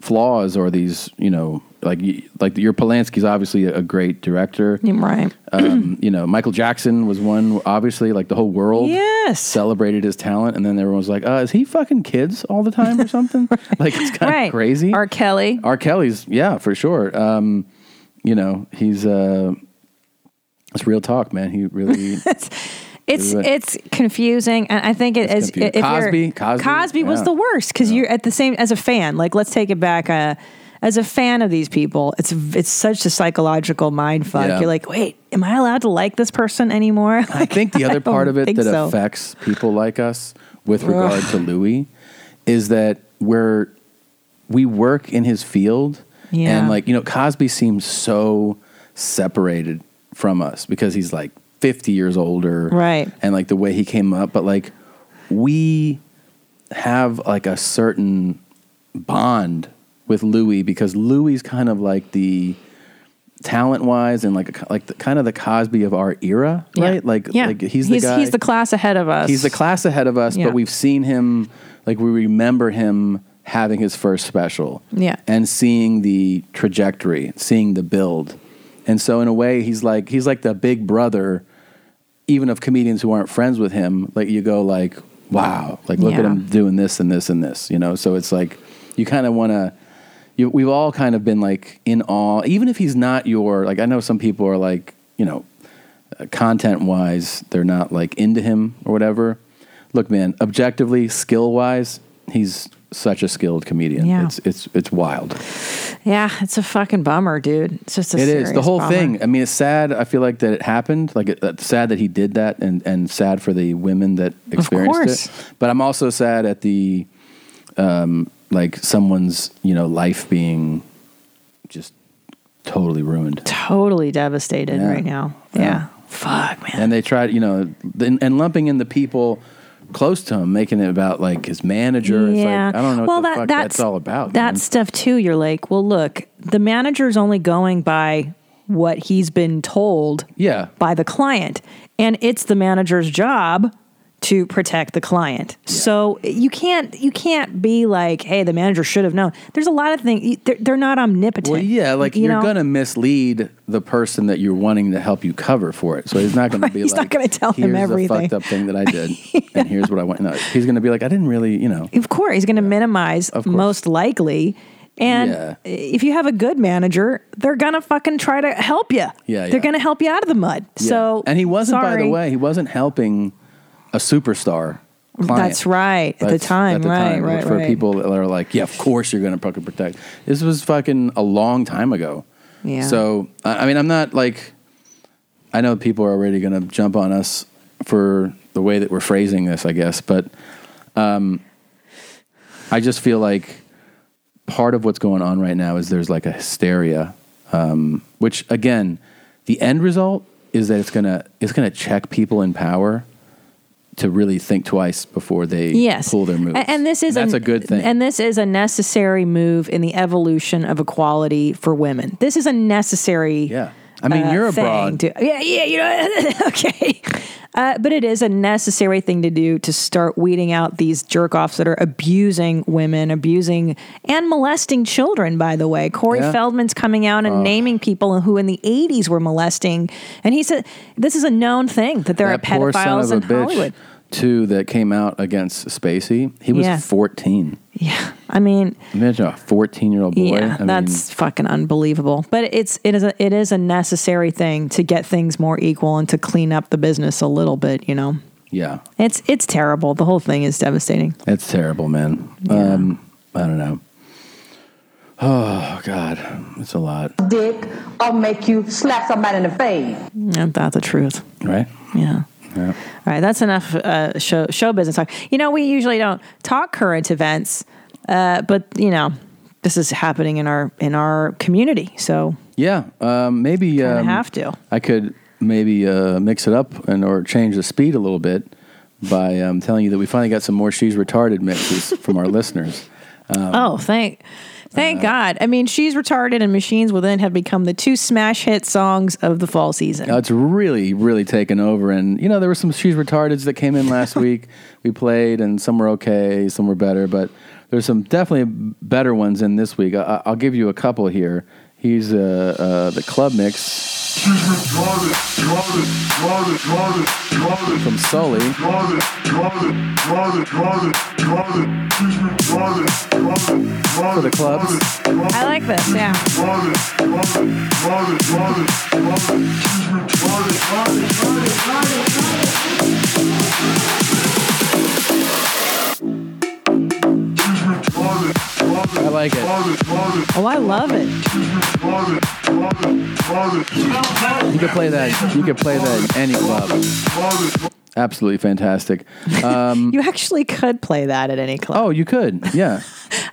flaws or these, you know, like y- like your Polanski's obviously a great director.
Right.
um, you know, Michael Jackson was one. Obviously, like the whole world
Yes.
celebrated his talent, and then everyone was like, uh, "Is he fucking kids all the time or something?" Like it's kind of
Right.
crazy.
R. Kelly.
R. Kelly's, yeah, for sure. Um, you know, he's uh, it's real talk, man. He really
It's
Right.
it's confusing, and I think it
It's
is.
confusing.
If you're-
Cosby- Cosby,
was
yeah.
the worst because you're at the same as a fan. Like, let's take it back. Uh, as a fan of these people, it's it's such a psychological mind fuck.
Yeah.
You're like, wait, am I allowed to like this person anymore?
I think the other part of it
think
that
so.
affects people like us with regard to Louis is that we're we work in his field
Yeah.
and like you know Cosby seems so separated from us because he's like 50 years older
Right.
and like the way he came up but like we have like a certain bond with Louis because Louis kind of like the talent wise and like like the, kind of the Cosby of our era,
Yeah.
right? Like
yeah.
like he's the guy.
he's the class ahead of us.
he's the class ahead of us,
Yeah.
but we've seen him like we remember him having his first special.
Yeah.
And seeing the trajectory, seeing the build. And so in a way he's like he's like the big brother even of comedians who aren't friends with him, like you go like, wow, like look at
Yeah.
him doing this and this and this, you know? So it's like you kind of want to you, we've all kind of been like in awe, even if he's not your like. I know some people are like you know, content wise, they're not like into him or whatever. Look, man, objectively, skill wise, he's such a skilled comedian.
Yeah.
It's it's it's wild.
yeah, it's a fucking bummer, dude. It's just a
It is
serious
the whole
bummer.
thing. I mean, it's sad. I feel like that it happened. Like it, it's sad that he did that, and and sad for the women that experienced
course.
it. But I'm also sad at the, um, like someone's you know life being, just totally ruined.
Totally devastated
Yeah.
right now. Yeah. Fuck, man.
And they tried, you know, and, and lumping in the people close to him, making it about like his manager. It's like, I don't know what
well,
the
that,
fuck
that's,
that's, all about.
That
man.
stuff too. You're like, well, look, the manager's only going by what he's been told
yeah.
by the client, and it's the manager's job to protect the client. So you can't you can't be like, hey, the manager should have known. There's a lot of things. They're, they're not omnipotent.
Well, yeah, like
you
you are
know?
gonna mislead the person that you're wanting to help you cover for it. So he's not gonna be
He's
like,
not gonna tell
here's
him everything."
the fucked up thing that I did, and here's what I went. No, he's gonna be like, I didn't really, you know.
Of course, he's going to minimize
course.
most likely. And
Yeah.
if you have a good manager, they're going to fucking try to help you.
Yeah, yeah.
They're going to help you out of the mud.
yeah.
So
and he wasn't, by
sorry.
the way, he wasn't helping a superstar. Client.
That's right. At the
That's-
time,
at the
right,
time,
right,
for
right.
people that are like, yeah, of course you're going to fucking protect. This was fucking a long time ago.
Yeah.
So I I mean, I'm not like, I know people are already going to jump on us for the way that we're phrasing this, I guess, but um, I just feel like part of what's going on right now is there's like a hysteria, um, which again, the end result is that it's gonna it's gonna check people in power to really think twice before they
yes.
pull their moves.
A- And this is
that's
an-
a good thing.
And this is a necessary move in the evolution of equality for women. This is a necessary
yeah, I mean you're a
thing
broad.
to- yeah, yeah, Uh, you know, okay. Uh, but it is a necessary thing to do to start weeding out these jerk offs that are abusing women, abusing and molesting children, by the way. Corey
Yeah. Oh.
Feldman's coming out and naming people who in the 80s were molesting. And he said, this is a known thing that there
that
are
poor son of
pedophiles
a
in
bitch
Hollywood.
too that came out against Spacey. He was
Yeah.
14.
Yeah. I mean,
Imagine a 14 year old boy.
Yeah,
I
that's fucking unbelievable. But it's it is a, it is a necessary thing to get things more equal and to clean up the business a little bit. You know,
mean, yeah,
it's it's terrible. The whole thing is devastating.
It's terrible, man. Um, I don't know. Oh God, it's a lot,
dick or make you slap somebody in the face.
Ain't that the truth?
right?
Yeah.
Yeah.
All right, that's enough uh, show show business talk. You know, we usually don't talk current events, uh, but you know, this is happening in our in our community. So
Yeah, um, maybe
Kinda
um,
have to.
I could maybe uh, mix it up and or change the speed a little bit by um, telling you that we finally got some more she's retarded mixes from our listeners.
oh, Uh. thank thank God. I mean, she's retarded and machines within have become the two smash hit songs of the fall season.
Now, it's really, really taken over, and you know there were some she's retardeds that came in last week. We played, and some were okay, some were better, but there's some definitely better ones in this week. I, I'll give you a couple here. He's uh, uh, the club mix from Sully. For the clubs.
I like this. Yeah.
I like it.
Oh, I love it.
You could play that. You could play that in any club. Absolutely fantastic.
You actually could play that at any club.
Oh, you could. Yeah.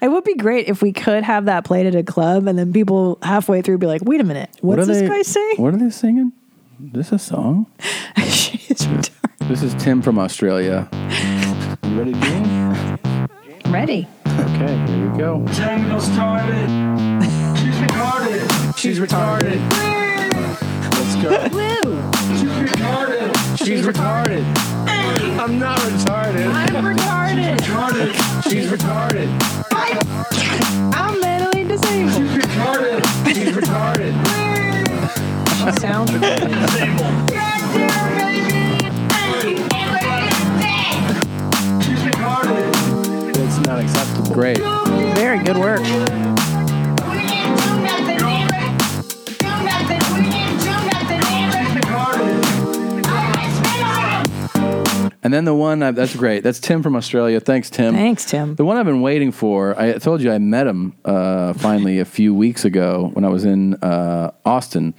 It would be great if we could have that played at a club and then people halfway through be like, wait a minute, what's
are
this
they,
guy saying?
What are they singing? This a song?
She's retarded.
This is Tim from Australia. You ready, Dean?
Ready.
Okay, here you go. She's retarded. Let's go.
Woo!
She's retarded. I'm not retarded.
I'm retarded.
She's retarded.
I'm mentally disabled.
She's retarded.
She sounds retarded.
It's not acceptable. Great.
Very good work.
And then the one I, that's great. That's Tim from Australia. Thanks, Tim.
Thanks, Tim.
The one I've been waiting for. I told you I met him uh, finally a few weeks ago when I was in uh, Austin.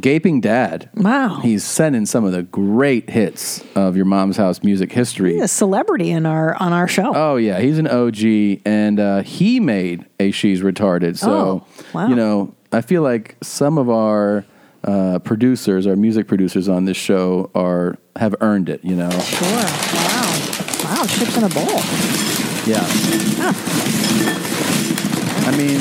Gaping Dad.
Wow.
He's sending some of the great hits of your mom's house music history.
He's a celebrity in our on our show.
Oh yeah, he's an OG, and uh, he made a she's retarded. So
Oh, wow.
you know, I feel like some of our uh, producers, our music producers on this show, are have earned it. You know,
Sure. Wow. Wow, chips in a bowl.
yeah. I mean,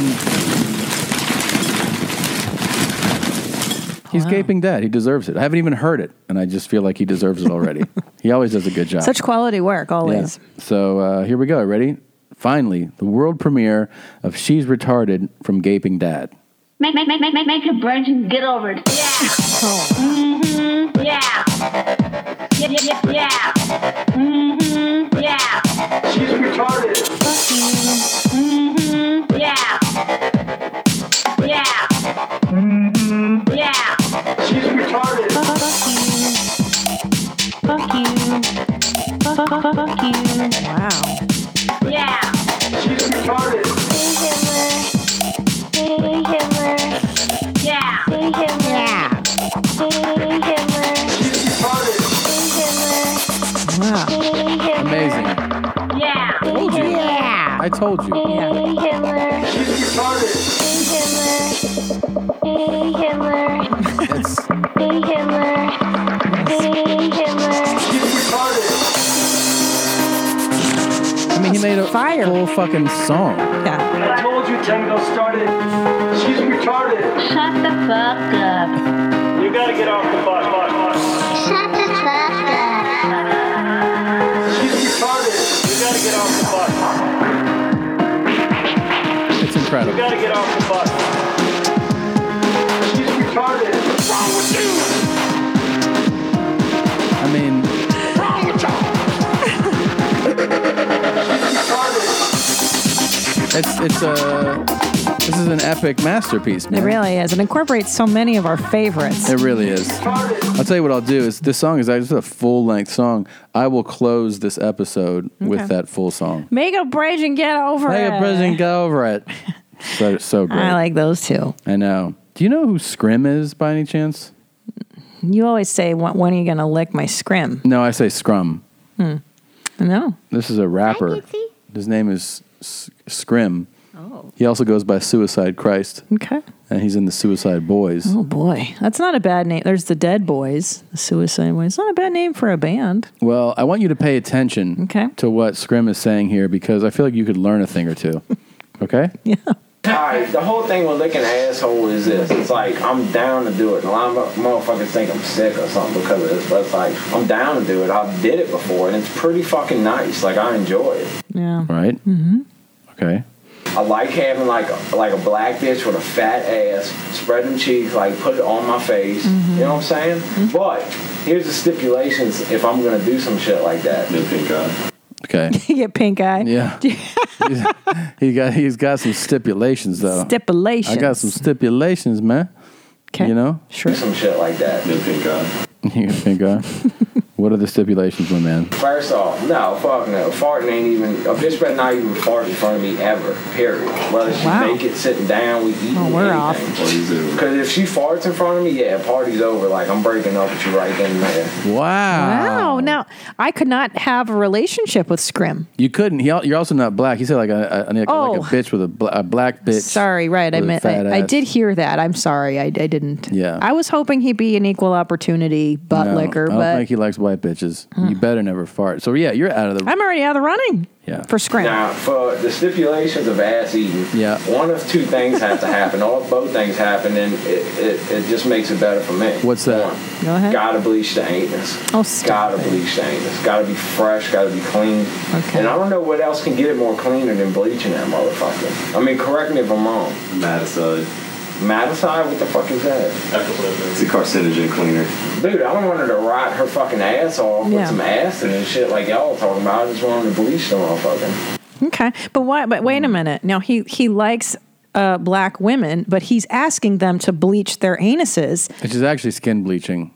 he's
Wow.
gaping dead. He deserves it. I haven't even heard it, and I just feel like he deserves it already. he always does a good job.
Such quality work always.
Yeah. So uh, here we go. Ready? Finally, the world premiere of She's Retarded from Gaping Dad.
Make, make, make, make, make, make your brains and get over it.
Oh,
Yeah. Yeah, yeah, yeah, yeah. Mm-hmm. Yeah. Mm-hmm. Yeah. Yeah. Mm-hmm. Yeah. Fuck you. Fuck you. Fuck, fuck, fuck, fuck you.
wow.
Yeah. Hey, Hitler. Hey, Hitler. Yeah. Hey, Hitler. Yeah. Hey, Hitler. Hey, Hitler.
Wow.
Hey, Hitler.
Amazing.
Yeah. Hey, Hitler. Yeah.
I told you.
Hey, Hitler. Hey, Hitler. Hey, Hitler.
It's,
Hey, Hitler. Hey, Hitler.
I mean, he made a
Fire.
full fucking song.
Yeah.
I told you Tango started. She's retarded.
Shut the fuck up.
You gotta get off the bus.
Shut the fuck up.
She's retarded. You gotta get off the bus.
It's incredible.
gotta get off the bus. She's retarded. What's wrong with you?
I mean,
Wrong with y'all? She's retarded.
it's it's a this is an epic masterpiece, man.
It really is. It incorporates so many of our favorites.
It really is. I'll tell you what I'll do is this song is actually a full length song. I will close this episode with that full song.
Make a bridge and get over
Hey,
it.
prison, go over it. So so great.
I like those two.
I know. Do you know who Scrim is by any chance?
You always say, "When when are you going to lick my scrim?"
No, I say Scrum.
No.
This is a rapper. His name is S- Scrim.
Oh.
He also goes by Suicide Christ,
Okay.
and he's in the Suicide Boys.
Oh boy, that's not a bad name. There's the Dead Boys, the Suicide Boys. It's not a bad name for a band.
Well, I want you to pay attention
Okay.
to what Scrim is saying here because I feel like you could learn a thing or two. Okay?
Yeah.
Alright, the whole thing with licking an asshole is this. It's like, I'm down to do it. A lot of motherfuckers think I'm sick or something because of this, but it's like, I'm down to do it. I did it before, and it's pretty fucking nice. Like, I enjoy it.
Yeah.
Right? Mm-hmm. Okay.
I like having like a, like a black bitch with a fat ass, spread them cheeks, like put it on my face.
Mm-hmm.
You know what I'm saying? But here's the stipulations if I'm gonna do some shit like that.
Okay.
You get pink eye.
Yeah. he got he's got some stipulations though. I
Stipulations.
got some stipulations, man.
Okay.
You know?
Sure.
Do some shit like that.
You think, uh, what are the stipulations, my man?
First off, no, fuck no. Farting ain't even a bitch better not even fart in front of me ever. Period. Whether she
Wow.
make it sitting down, we eating
Oh, we're off.
anything. Because if she farts in front of me, yeah, party's over. Like I'm breaking up with you right then and there.
Wow.
Wow. Now I could not have a relationship with Scrim.
You couldn't. He, al- you're also not black. He said like a, a, like, a-
Oh.
like a bitch with a, bla- a black bitch.
Sorry, right? I
with a
meant
fat
I, I
ass.
did hear that. I'm sorry, I, I didn't.
Yeah.
I was hoping he'd be an equal opportunity butt
No, I
licker,
don't
but Hmm.
think he likes white bitches. You better never fart. So yeah, you're out of the.
I'm already out of the running.
Yeah.
For Scrim.
Now, for the stipulations of ass eating,
Yeah.
one of two things have to happen. All both things happen, and it, it, it just makes it better for me.
What's that?
One,
Go ahead.
Gotta bleach the anus.
Oh, stop
Gotta bleach the anus. Gotta be fresh. Gotta be clean.
Okay.
And I don't know what else can get it more cleaner than bleaching that motherfucker. I mean, correct me if I'm wrong. Maticide, what the fuck is that?
It's a carcinogen cleaner.
Dude, I don't want her to rot her fucking ass off
Yeah.
with some acid and shit like y'all talking about. I just want her to bleach the motherfucker.
Okay, but why? But wait
Mm.
a minute. Now he he likes uh, black women, but he's asking them to bleach their anuses.
Which is actually skin bleaching.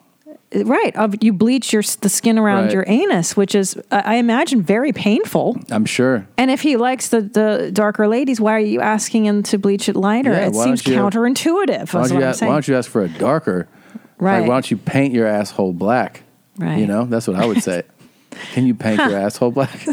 Right? Of you bleach your the skin around
Right.
your anus, which is uh, I imagine very painful.
I'm sure.
And if he likes the, the darker ladies, why are you asking him to bleach it lighter?
Yeah,
it
why
seems
don't you-
counterintuitive.
Why
Is
don't,
what
you
I'm
ask, why
saying.
don't you ask for a darker?
right?
Like, why don't you paint your asshole black?
Right.
You know, that's what I would say. Can you paint your asshole black?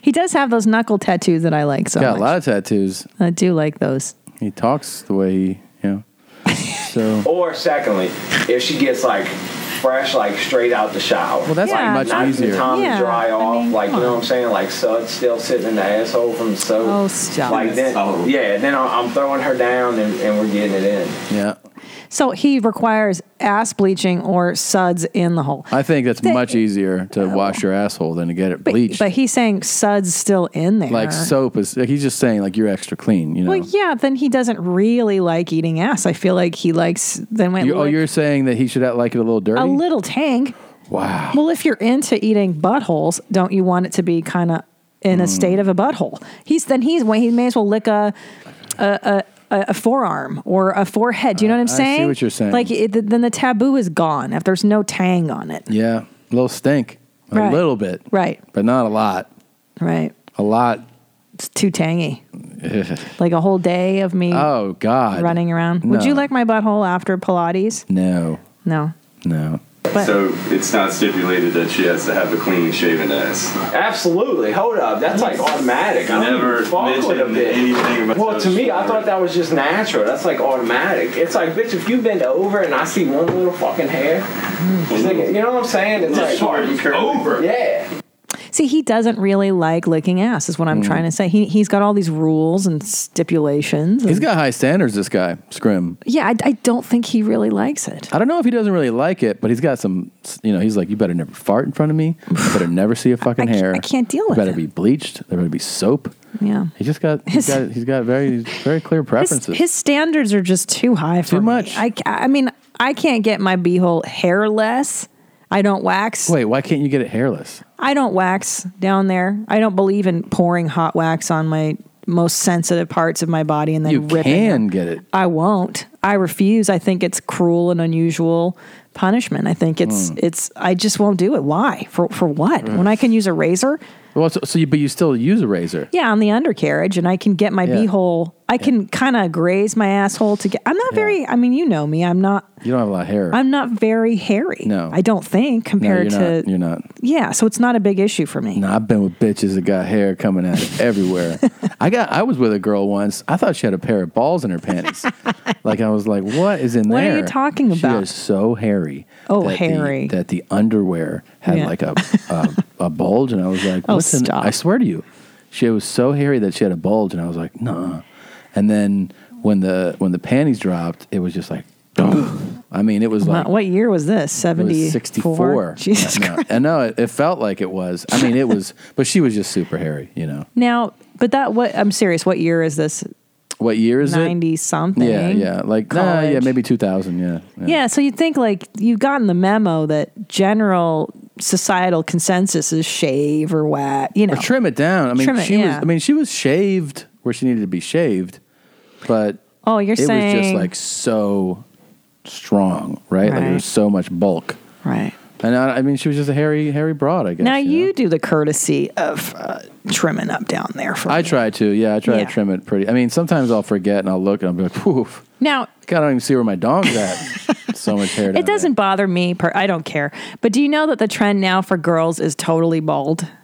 he does have those knuckle tattoos that I like so
Got
much.
a lot of tattoos.
I do like those.
He talks the way he, you know. So,
Or secondly, if she gets like fresh, like straight out the shower.
well, that's
Yeah.
much
not
easier.
even time
Yeah,
to dry
I
off,
mean,
like you
come
know
on.
what I'm saying, like sud still sitting in the asshole from the soap.
Oh, stop.
Like then, yeah, then I'm I'm throwing her down and, and we're getting it in.
Yeah.
So he requires ass bleaching or suds in the hole.
I think that's
They-
much easier to wash your asshole than to get it
But,
bleached.
but he's saying suds still in there.
like soap is. He's just saying like you're extra clean. You know.
Well, yeah. Then he doesn't really like eating ass. I feel like he likes. Then went
You- oh,
like,
you're saying that he should act like it a little dirty.
a little tang.
wow.
Well, if you're into eating buttholes, don't you want it to be kind of in
Hmm.
a state of a butthole? He's then he's well, he may as well lick a a. a a forearm or a forehead. Do you know what I'm
I see
saying?
what you're saying.
Like, it, then the taboo is gone if there's no tang on it.
Yeah, a little stink, a
Right.
little bit,
Right,
but not a lot.
right.
A lot.
It's too tangy. like a whole day of me
Oh God.
running around. Would
No.
you like my butthole after Pilates?
No,
No.
no.
But
So it's not stipulated that she has to have a cleanly shaven ass.
Absolutely, hold up, that's like automatic. I don't
Never
fuck with a
mentioned
bitch.
anything about
Well, to me, I thought that was just natural. That's like automatic. It's like, bitch, if you bend over and I see one little fucking hair, it's like, you know what I'm saying? It's like,
over.
yeah.
see, he doesn't really like licking ass, is what
Hmm.
I'm trying to say. He, he's got all these rules and stipulations. and-
He's got high standards. This guy, Scrim.
yeah, I, I don't think he really likes it.
I don't know if he doesn't really like it, but he's got some. You know, he's like, you better never fart in front of me. You better never see a fucking
I can't-
hair.
I can't deal
You
with
better
it."
be bleached. There better be soap.
Yeah.
He just got. He's
His-
got. He's got very, very clear
His,
preferences.
his standards are just too high for
Too
me.
much.
I, ca- I mean, I can't get my beehole hairless. I don't wax.
Wait, why can't you get it hairless?
I don't wax down there. I don't believe in pouring hot wax on my most sensitive parts of my body and then
You
ripping.
can
them.
get it.
I won't. I refuse. I think it's cruel and unusual punishment. I think it's
Mm.
it's I just won't do it. Why? For for what? When I can use a razor?
Well, so, so you, but you still use a razor.
Yeah, on the undercarriage, and I can get my
Yeah.
beehole. I can kind of graze my asshole to get. I'm not very. I mean, you know me. I'm not.
You don't have a lot of hair.
I'm not very hairy.
no,
I don't think compared
no, you're
to.
not, you're not.
Yeah, so it's not a big issue for me.
No, I've been with bitches that got hair coming out of everywhere. I got. I was with a girl once. I thought she had a pair of balls in her panties. like I was like, what is in
What are
there?
you talking about?
She is so hairy.
Oh,
that the-
hairy.
that the underwear had
Yeah.
like a, a a bulge, and I was like,
Oh,
what's in? I swear to you, she was so hairy that she had a bulge, and I was like, nah. And then when the when the panties dropped, it was just like, boom. I mean, it was
Wow,
like
what year was this?
it
Seventy
was 64.
Jesus
no, I know it, it felt like it was. I mean, it was, but she was just super hairy, you know.
Now, but that what I'm serious. What year is this?
What year is it?
Ninety something.
Yeah, yeah. Like, nah, yeah, maybe 2000. Yeah.
yeah. So you'd think like you've gotten the memo that general societal consensus is shave or wet. You know,
Or trim it down. I mean,
Trim it,
she
yeah.
was, I mean, she was shaved where she needed to be shaved, but
Oh, you're
it was just
saying-
like so strong, right? Like, there
Right.
was so much bulk.
Right.
And I, I mean, she was just a hairy, hairy broad, I guess.
now you do the courtesy of uh, trimming up down there for
I
me.
try to, yeah, I try
Yeah.
to trim it pretty. I mean, sometimes I'll forget and I'll look and I'll be like, poof.
Now
God, I don't even see where my dong's at. so much hair. down
it doesn't bother me. Per- I don't care. But do you know that the trend now for girls is totally bald?
there.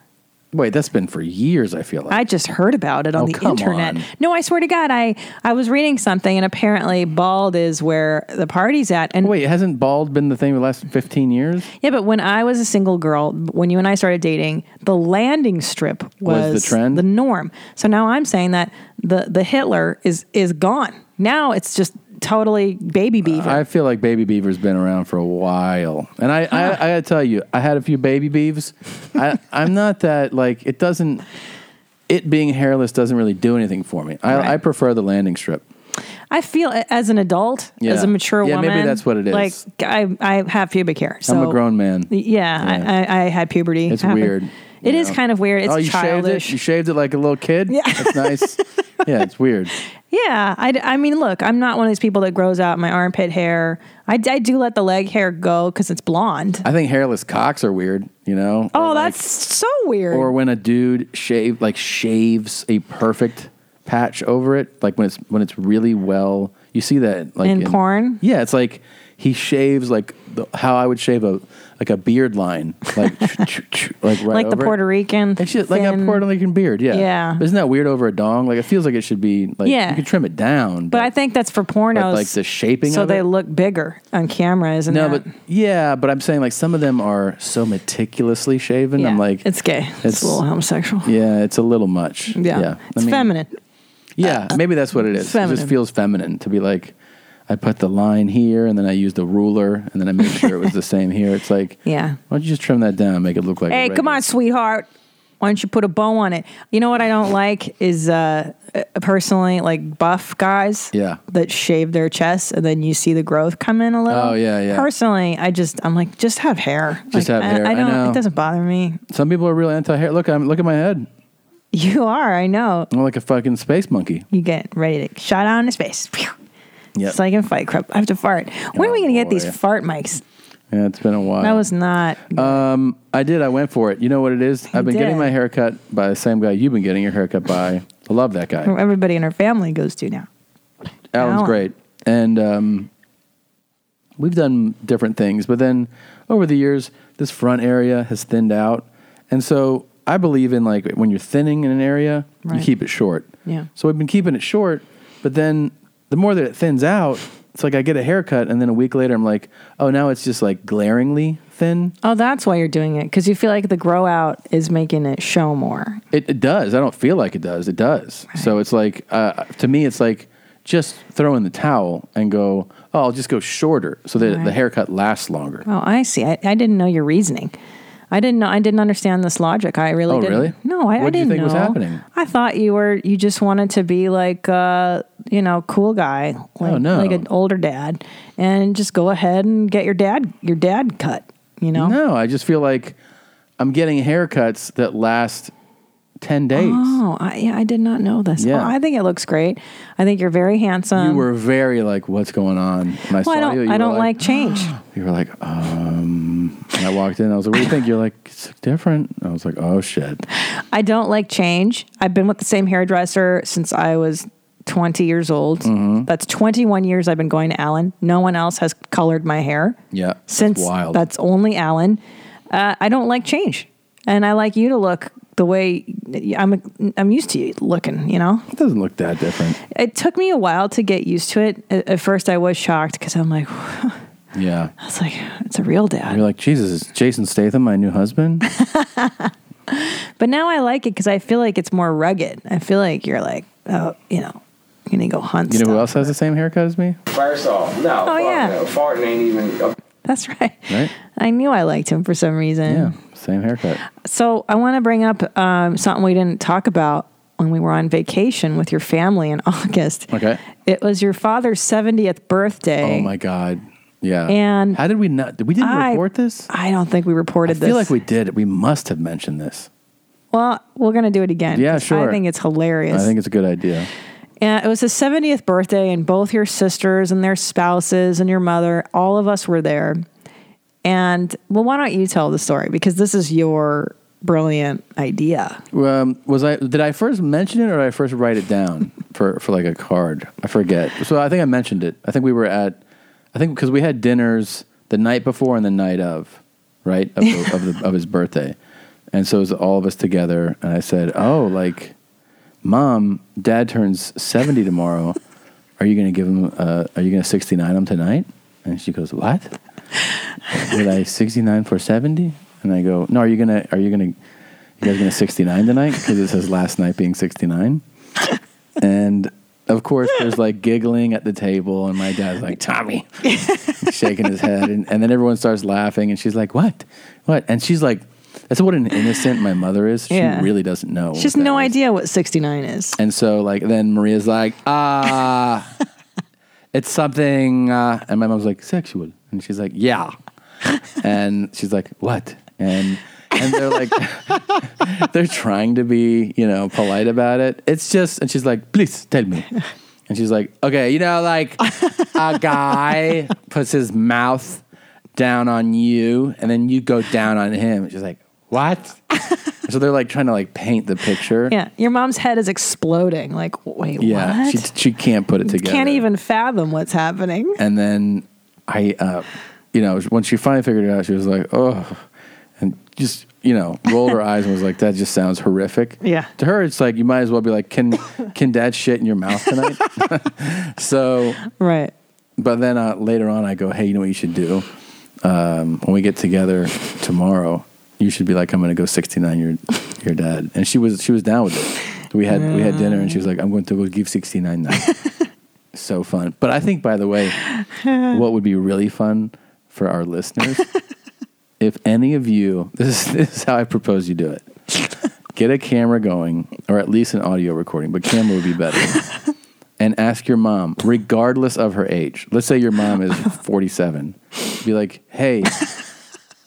Wait, that's been for years. I feel like.
I just heard about it on
Oh,
the
come
internet.
on.
No, I swear to God, I I was reading something and apparently bald is where the party's at. And
wait, hasn't bald been the thing for the last fifteen years?
yeah, but when I was a single girl, when you and I started dating, the landing strip was,
Was the trend?
the norm. So now I'm saying that the the Hitler is is gone. Now it's just totally baby beaver.
I feel like baby beaver's been around for a while, and I, I, I gotta tell you, I had a few baby beavs. I, I'm not that like it doesn't. It being hairless doesn't really do anything for me. I, I prefer the landing strip.
I feel a- as an adult,
Yeah.
as a mature
Yeah,
woman.
maybe that's what it is.
Like I, I have pubic hair. So
I'm a grown man.
Yeah, I, I, I had puberty.
It's
happen.
weird.
It is kind of weird. It's
oh, you
childish.
shaved it. You shaved it like a little kid. Yeah, that's nice. yeah, it's weird.
Yeah, I, d- I mean, look, I'm not one of these people that grows out my armpit hair. I, d- I do let the leg hair go because it's blonde.
I think hairless cocks are weird. You know.
oh, that's so weird.
Or when a dude shave like shaves a perfect patch over it, like when it's when it's really well. You see that like
In corn?
Yeah, it's like he shaves like the, how I would shave a like a beard line, like like right
like the
over it.
Puerto Rican. It's
just like a Puerto Rican beard. Yeah,
Yeah.
Isn't that weird over a dong? Like it feels like it should be like
Yeah.
you can trim it down,
But I think that's for pornos.
like the shaping
So
of
they
it?
look bigger on camera, isn't
no,
that?
but yeah, but I'm saying like some of them are so meticulously shaven.
Yeah,
I'm like,
it's gay. It's, a little homosexual.
Yeah, it's a little much.
Yeah.
yeah. I
It's
mean,
feminine. Uh,
Yeah, maybe that's what it is. It
feminine.
just feels feminine to be like, I put the line here, and then I used a ruler, and then I made sure it was the same here. It's like,
Yeah.
why don't you just trim that down, and make it look like? a
hey, come
regular-
on, sweetheart. Why don't you put a bow on it? You know what I don't like is uh, uh, personally like buff guys.
Yeah.
That shave their chests and then you see the growth come in a little.
Oh, yeah, yeah.
Personally, I just I'm like just have hair.
Just
Like,
have hair.
I
I
don't.
know.
It doesn't bother me.
Some people are real anti-hair. Look, I'm look at my head.
You are. I know.
I'm like a fucking space monkey.
You get ready to shot out into space. Phew.
Yep. Oh,
It's like in Fight Club. I have to fart. When are we gonna get these fart mics?
Yeah, it's been a while.
That was not.
Um, I did. I went for it. You know what it is? I've been
did.
getting my haircut by the same guy you've been getting your haircut by. I love that guy.
where Everybody in our family goes to now.
Alan's
Alan.
great, and um, we've done different things. But then over the years, this front area has thinned out, and so I believe in like when you're thinning in an area,
Right.
you keep it short.
Yeah.
So we've been keeping it short, but then the more that it thins out, it's like I get a haircut, and then a week later, I'm like, oh, now it's just like glaringly thin.
Oh, that's why you're doing it because you feel like the grow out is making it show more.
It, it does. I don't feel like it does. It does. So it's like uh, to me, it's like just throw in the towel and go. Oh, I'll just go shorter so that
Right.
the haircut lasts longer.
Oh, I see. I, I didn't know your reasoning. I didn't know. I didn't understand this logic. I really
Oh,
didn't.
really?
No, I, I
What did you
didn't
think
know.
was happening?
I thought you were. You just wanted to be like, uh, you know, cool guy. Like,
Oh, no.
Like an older dad, and just go ahead and get your dad your dad cut. You know.
No, I just feel like I'm getting haircuts that last ten days.
Oh, I, yeah, I did not know this.
Yeah.
Oh, I think it looks great. I think you're very handsome.
you were very like, "What's going on?" And I
well, I don't.
you, you
I
were
don't like, change.
You were like, um. And I walked in. I was like, "What do you think?" You're like, "It's different." I was like, "Oh shit."
I don't like change. I've been with the same hairdresser since I was 20 years old.
Mhm.
That's 21 years I've been going to Allen. No one else has colored my hair.
Yeah.
since
that's wild.
that's only Alan. Uh, I don't like change, and I like you to look the way I'm. I'm used to you looking. You know,
it doesn't look that different.
it took me a while to get used to it. At, at first, I was shocked because I'm like,
Yeah.
I was like, it's a real dad.
You're like, Jesus, is Jason Statham my new husband?
but now I like it because I feel like it's more rugged. I feel like you're like, oh, you know, you're gonna go hunt.
you know who else has the same haircut as me?
First off, no.
Oh,
fuck
yeah.
No. Farting ain't even. A
That's right.
Right?
I knew I liked him for some reason.
Yeah. Same haircut.
So I want to bring up um, something we didn't talk about when we were on vacation with your family in August.
Okay.
It was your father's 70th birthday.
Oh my god. Yeah.
And
how did we not? We didn't
I-
report this.
I don't think we
I
reported
feel
this.
like we did. We must have mentioned this.
well, we're going to do it again.
Yeah,
'cause
sure.
I think it's hilarious.
I think it's a good idea.
Yeah, it was his 70th birthday, and both your sisters and their spouses and your mother, all of us were there. And well, why don't you tell the story? Because this is your brilliant idea.
Um, was I? Did I first mention it, or did I first write it down for for like a card? I forget. So I think I mentioned it. I think we were at. I think because we had dinners the night before and the night of, right of the, of, the, of his birthday, and so it was all of us together. And I said, "Oh, like, mom, dad turns seventy tomorrow. Are you going to give him? Uh, are you going to sixty nine him tonight?" And she goes, "What? Did I sixty nine for 70? And I go, "No, are you gonna? Are you gonna?" You guys gonna 69 tonight because it says last night being 69. And of course, there's like giggling at the table, and my dad's like, Tommy, shaking his head. And, and then everyone starts laughing, and she's like, What? What? And she's like, That's what an innocent my mother is. She
Yeah.
really doesn't know.
She has no idea what 69 is.
And so, like, then Maria's like, Ah, it's something. Uh, and my mom's like, Sexual. And she's like, Yeah. And she's like, What? And and they're like, they're trying to be, you know, polite about it. It's just, and she's like, please tell me. And she's like, okay, you know, like a guy puts his mouth down on you and then you go down on him. And she's like, what? so they're like trying to like paint the picture.
Yeah, your mom's head is exploding. Like, wait,
Yeah.
what?
She, she can't put it together.
Can't even fathom what's happening.
And then I, uh, you know, when she finally figured it out, she was like, oh, and just, you know, rolled her eyes and was like, that just sounds horrific.
Yeah.
To her, it's like, you might as well be like, can, can dad shit in your mouth tonight? so,
Right.
but then uh, later on, I go, hey, you know what you should do? Um, when we get together tomorrow, you should be like, I'm going to go 69 your your dad. And she was she was down with it. We had we had dinner, and she was like, I'm going to go give 69 now. so fun. But I think, by the way, what would be really fun for our listeners, if any of you, this is, this is how I propose you do it. Get a camera going, or at least an audio recording, but camera would be better. And ask your mom, regardless of her age. Let's say your mom is 47. Be like, hey,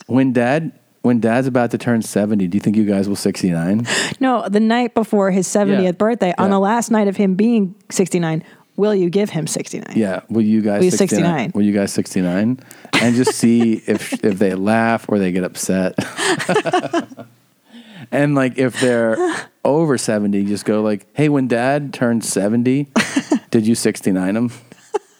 when dad when dad's about to turn 70, do you think you guys will 69?
No, the night before his 70th birthday, on the last night of him being 69, will you give him 69?
Yeah. Will you guys
Will you 69?
Will you guys 69? And just see if if they laugh or they get upset. and like if they're over 70, just go like, "Hey, when dad turned 70, did you 69 him?"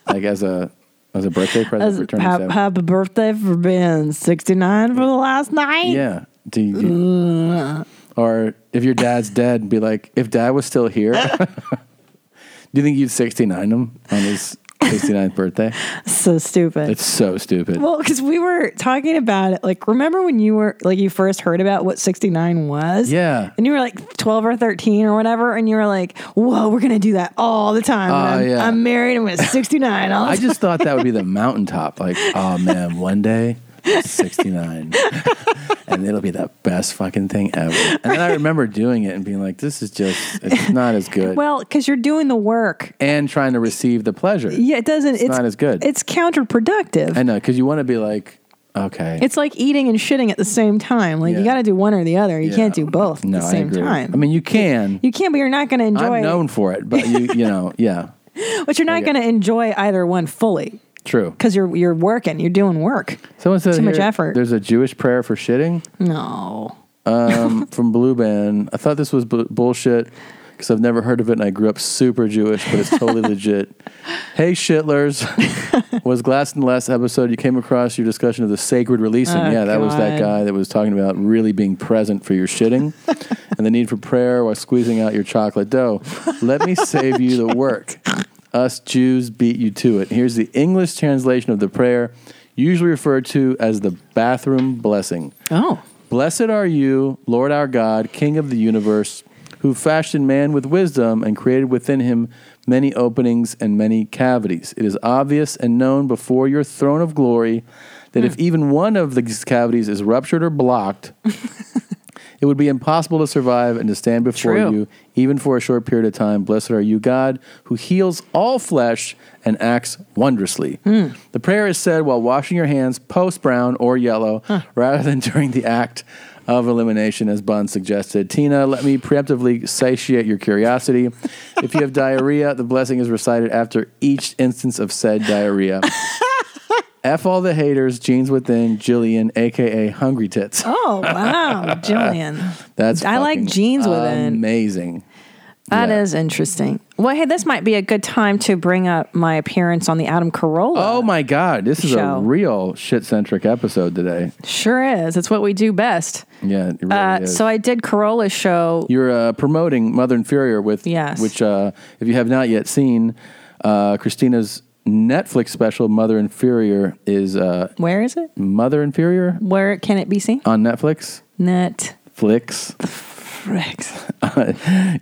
Like as a as a birthday present
As-
for turning
have,
70.
have a birthday for being 69 for the last night?
yeah. Do you, or if your dad's dead, be like, "If dad was still here, do you think you'd 69 him on his 69th birthday?"
So stupid.
It's so stupid.
Well, because we were talking about it. Like, remember when you were, like, you first heard about what 69 was?
Yeah.
And you were like 12 or 13 or whatever. And you were like, whoa, we're going to do that all the time.
Oh,
I'm,
yeah.
I'm married. I'm at 69. all the
I
time."
just thought that would be the mountaintop. Like, oh man, one day, 69. and it'll be the best fucking thing ever. And then I remember doing it and being like, this is just, it's not as good.
Well, because you're doing the work.
and trying to receive the pleasure.
Yeah, it doesn't.
It's not as good.
It's counterproductive.
I know, because you want to be like, Okay.
It's like eating and shitting at the same time. Like you
Yeah.
got to do one or the other. You
Yeah.
can't do both
no,
at the same
I agree.
time.
I mean, you can.
you can't, but you're not going to enjoy.
I'm known for it, but you, you know, yeah,
But you're not going to enjoy either one fully
true.
because you're you're working. You're doing work.
Someone said
too much
here,
effort.
There's a Jewish prayer for shitting.
No.
um, from Blue Band. I thought this was bu- bullshit because I've never heard of it, and I grew up super Jewish, but it's totally legit. Hey, shitlers! was glass in the last episode you came across your discussion of the sacred releasing?
Oh,
yeah, that was that
God.
guy that was talking about really being present for your shitting and the need for prayer while squeezing out your chocolate dough. Let me save you the work. Us Jews beat you to it. Here's the English translation of the prayer, usually referred to as the bathroom blessing.
Oh.
Blessed are you, Lord our God, King of the universe, who fashioned man with wisdom and created within him many openings and many cavities. It is obvious and known before your throne of glory that if even one of these cavities is ruptured or blocked, it would be impossible to survive and to stand before
True.
you, even for a short period of time. Blessed are you, God, who heals all flesh and acts wondrously. The prayer is said while washing your hands post brown or yellow rather than during the act of elimination, as Bun suggested. Tina, let me preemptively satiate your curiosity. if you have diarrhea, the blessing is recited after each instance of said diarrhea. F all the haters, jeans within, Jillian, aka Hungry Tits.
Oh wow, Jillian.
That's
I like
fucking
jeans within.
Amazing.
That is interesting. Well, hey, this might be a good time to bring up my appearance on the Adam Carolla.
Oh my god, this is
Show.
a real shit centric episode today.
Sure is. It's what we do best.
Yeah, it really
uh,
is.
So I did Carolla show.
You're uh, promoting Mother Inferior with
Yes.
which uh, if you have not yet seen uh, Christina's Netflix special Mother Inferior is Oh. uh,
Where is it?
Mother Inferior
Where can it be seen?
on Netflix.
Net.
Flicks.
Fricks.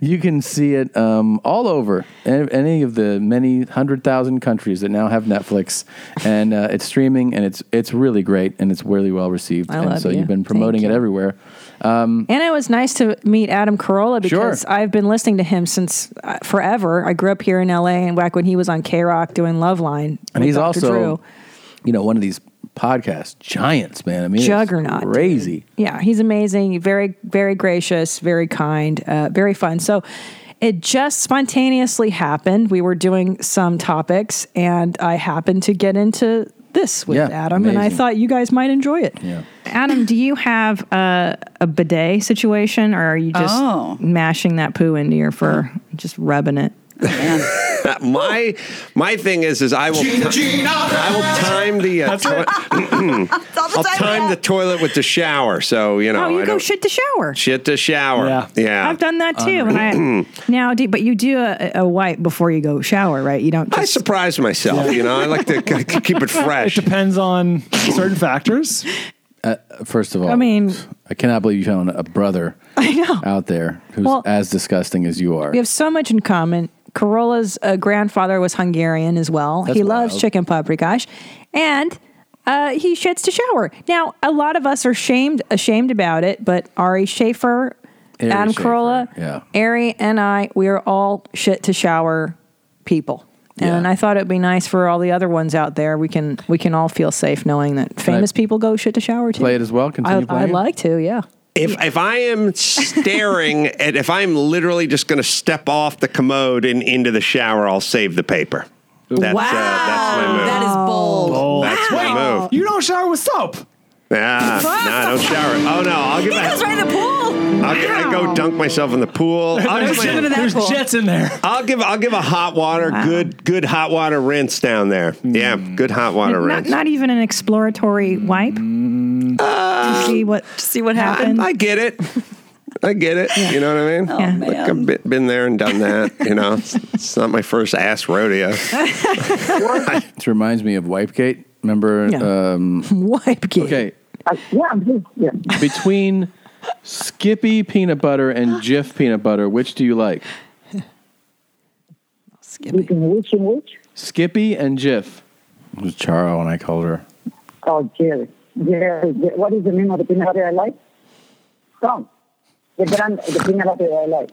you can see it um, all over a- any of the many hundred thousand countries that now have Netflix, and uh, it's streaming, and it's it's really great, and it's really well received.
I
and
love
so
you.
have been promoting it everywhere. Um,
And it was nice to meet Adam Carolla because
Sure.
I've been listening to him since uh, forever. I grew up here in LA and back when he was on K Rock doing Loveline.
and
with
he's
Dr.
also,
Drew.
you know, one of these podcast giants, man. I mean, it's
Juggernaut, dude.
crazy.
Yeah, he's amazing. Very, very gracious, very kind, uh, very fun. So it just spontaneously happened. We were doing some topics, and I happened to get into this with
Yeah,
Adam, and I
amazing.
thought you guys might enjoy it.
Yeah.
Adam, do you have a, a bidet situation, or are you just
Oh.
mashing that poo into your fur, just rubbing it?
my my thing is is I will
Gina, Gina.
I will time the uh,
That's it.
toi- I'll time the toilet with the shower so you know
oh, you
I
go
don't
shit to shower.
shit to shower yeah, Um,
I've done that too, and I now, do, but you do a, a wipe before you go shower, right? You don't.
I surprise myself you know I like to k- k- keep it fresh
It depends on certain factors.
Uh, first of all,
I mean,
I cannot believe you found a brother
I know.
out there who's
Well-
as disgusting as you are.
We have so much in common. Corolla's uh, grandfather was Hungarian as well.
That's
he
wild.
loves chicken paprikash, and uh, he shits to shower. Now, a lot of us are shamed ashamed about it, but Ari Schaefer,
Ari
Adam
Schaefer,
Corolla,
yeah.
Ari, and I, we are all shit to shower people. And I thought it'd be nice for all the other ones out there. We can we can all feel safe knowing that
I
famous people go shit to shower too.
play it as well? Continue
I,
playing
I'd
it?
like to, yeah.
if if I am staring at if I'm literally just going to step off the commode and into the shower I'll save the paper that's uh, that's my move
That is bold.
Oh.
that's my move
You don't shower with soap.
Yeah, no, don't shower. Oh no, I'll get
He
back.
goes right in the pool.
I'll get, I go dunk myself in the pool. I'll
There's
give my-
jets- there's That pool. jets
in there.
I'll give I'll give a hot water good good hot water rinse down there.
Hmm.
Yeah, good hot water
Not,
rinse.
not even an exploratory wipe to see what to see what happens.
I get it. I get it. You know what I mean?
Oh, Yeah. man.
Like, I've been- been there and done that. You know, it's, it's not my first ass rodeo.
This reminds me of Wipegate. Remember
Yeah.
um,
Wipegate?
Okay,
Uh, yeah, I'm here. Yeah.
between Skippy peanut butter and Jif peanut butter, which do you like?
Which and which and which?
Skippy and Jif. It was Charo, and I called her.
Oh, Jerry. Jerry. Jerry. What is the name of the peanut butter I like? Tom. The brand, the peanut butter I like.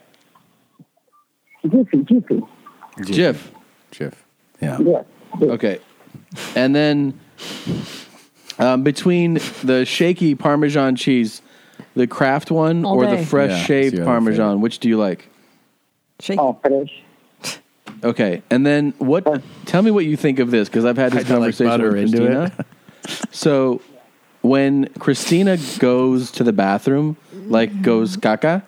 Jiffy, Jiffy.
Jif. Jif. Yeah. Okay. And then Um, between the shaky Parmesan cheese, the craft one,
All
or
day.
the fresh
Yeah, it's
shaved
the other
Parmesan, which do you like?
Shake.
Oh, fresh.
Okay, and then what? Tell me what you think of this because I've had this
I don't like
conversation
butter
with
into
Christina. so when Christina goes to the bathroom, like goes caca.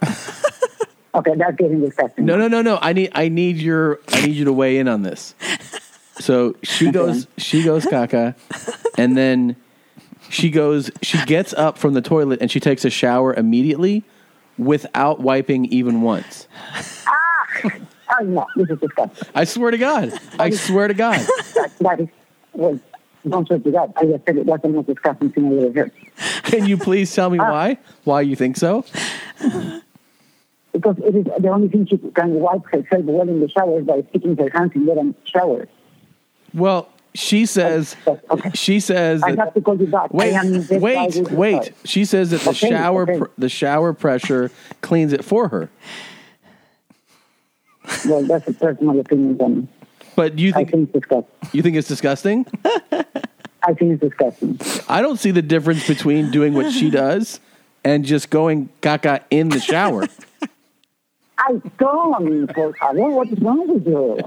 Okay, that's getting disgusting.
No, no, no, no. I need I need your I need you to weigh in on this. So she goes she goes caca, and then she goes she gets up from the toilet and she takes a shower immediately without wiping even once.
Oh, no, this is disgusting.
I swear to God. I swear to God.
That, that is, well, don't swear to God. I just said it wasn't the most disgusting thing I've ever heard.
Can you please tell me
Uh,
why? Why you think so?
Because it is the only thing she can wipe herself well in the shower is by sticking her hands in there and shower.
Well, she says she says
I
that-
have to call you back. I am
wait
impressed by
wait
this
wait.
result.
She says that the
Okay,
shower
okay.
pr- the shower pressure cleans it for her.
Well, that's a personal opinion then.
But you think,
it's disgusting.
You think it's disgusting?
I think it's disgusting.
I don't see the difference between doing what she does and just going caca in the shower.
I don't, por favor, what is wrong with you?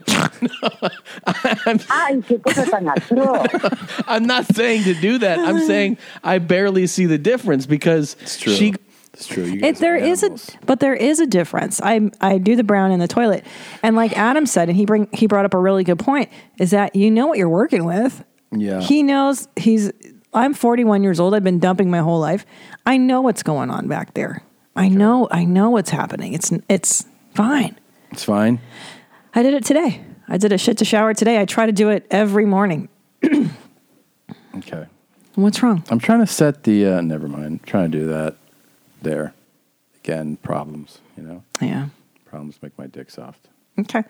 Ay, qué cosa tan atroz.
I'm not saying to do that. I'm saying I barely see the difference because
true.
she
It's true.
It, there is a, but there is a difference. I I do the brown in the toilet, and like Adam said, and he bring he brought up a really good point is that you know what you're working with.
Yeah.
He knows he's. I'm 41 years old. I've been dumping my whole life. I know what's going on back there. I know. I know what's happening. It's it's fine.
It's fine.
I did it today. I did a shit to shower today. I try to do it every morning.
Okay.
What's wrong?
I'm trying to set the uh never mind. trying to do that there. Again, problems, you know.
Yeah.
Problems make my dick soft.
Okay.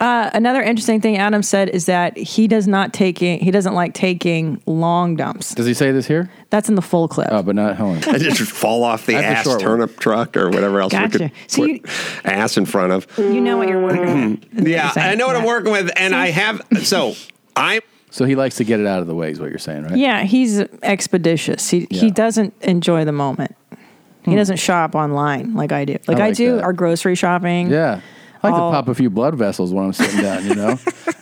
Uh, another interesting thing Adam said is that he does not taking he doesn't like taking long dumps.
Does he say this here?
That's in the full clip.
Oh, but not Helen.
I just fall off the
That's a
ass
short one.
turnip truck or whatever else
Gotcha.
we could
So
put
you- Mm-hmm.
ass in front of.
You know what you're working with.
yeah, I know what I'm working with, and I have so I.
So he likes to get it out of the way, is what you're saying, right?
Yeah, he's expeditious. He he doesn't enjoy the moment. He doesn't shop online like I do. Like
Hmm.
I,
like
do
that.
our grocery shopping.
Yeah. I like
All-
to pop a few blood vessels when I'm sitting down, you know.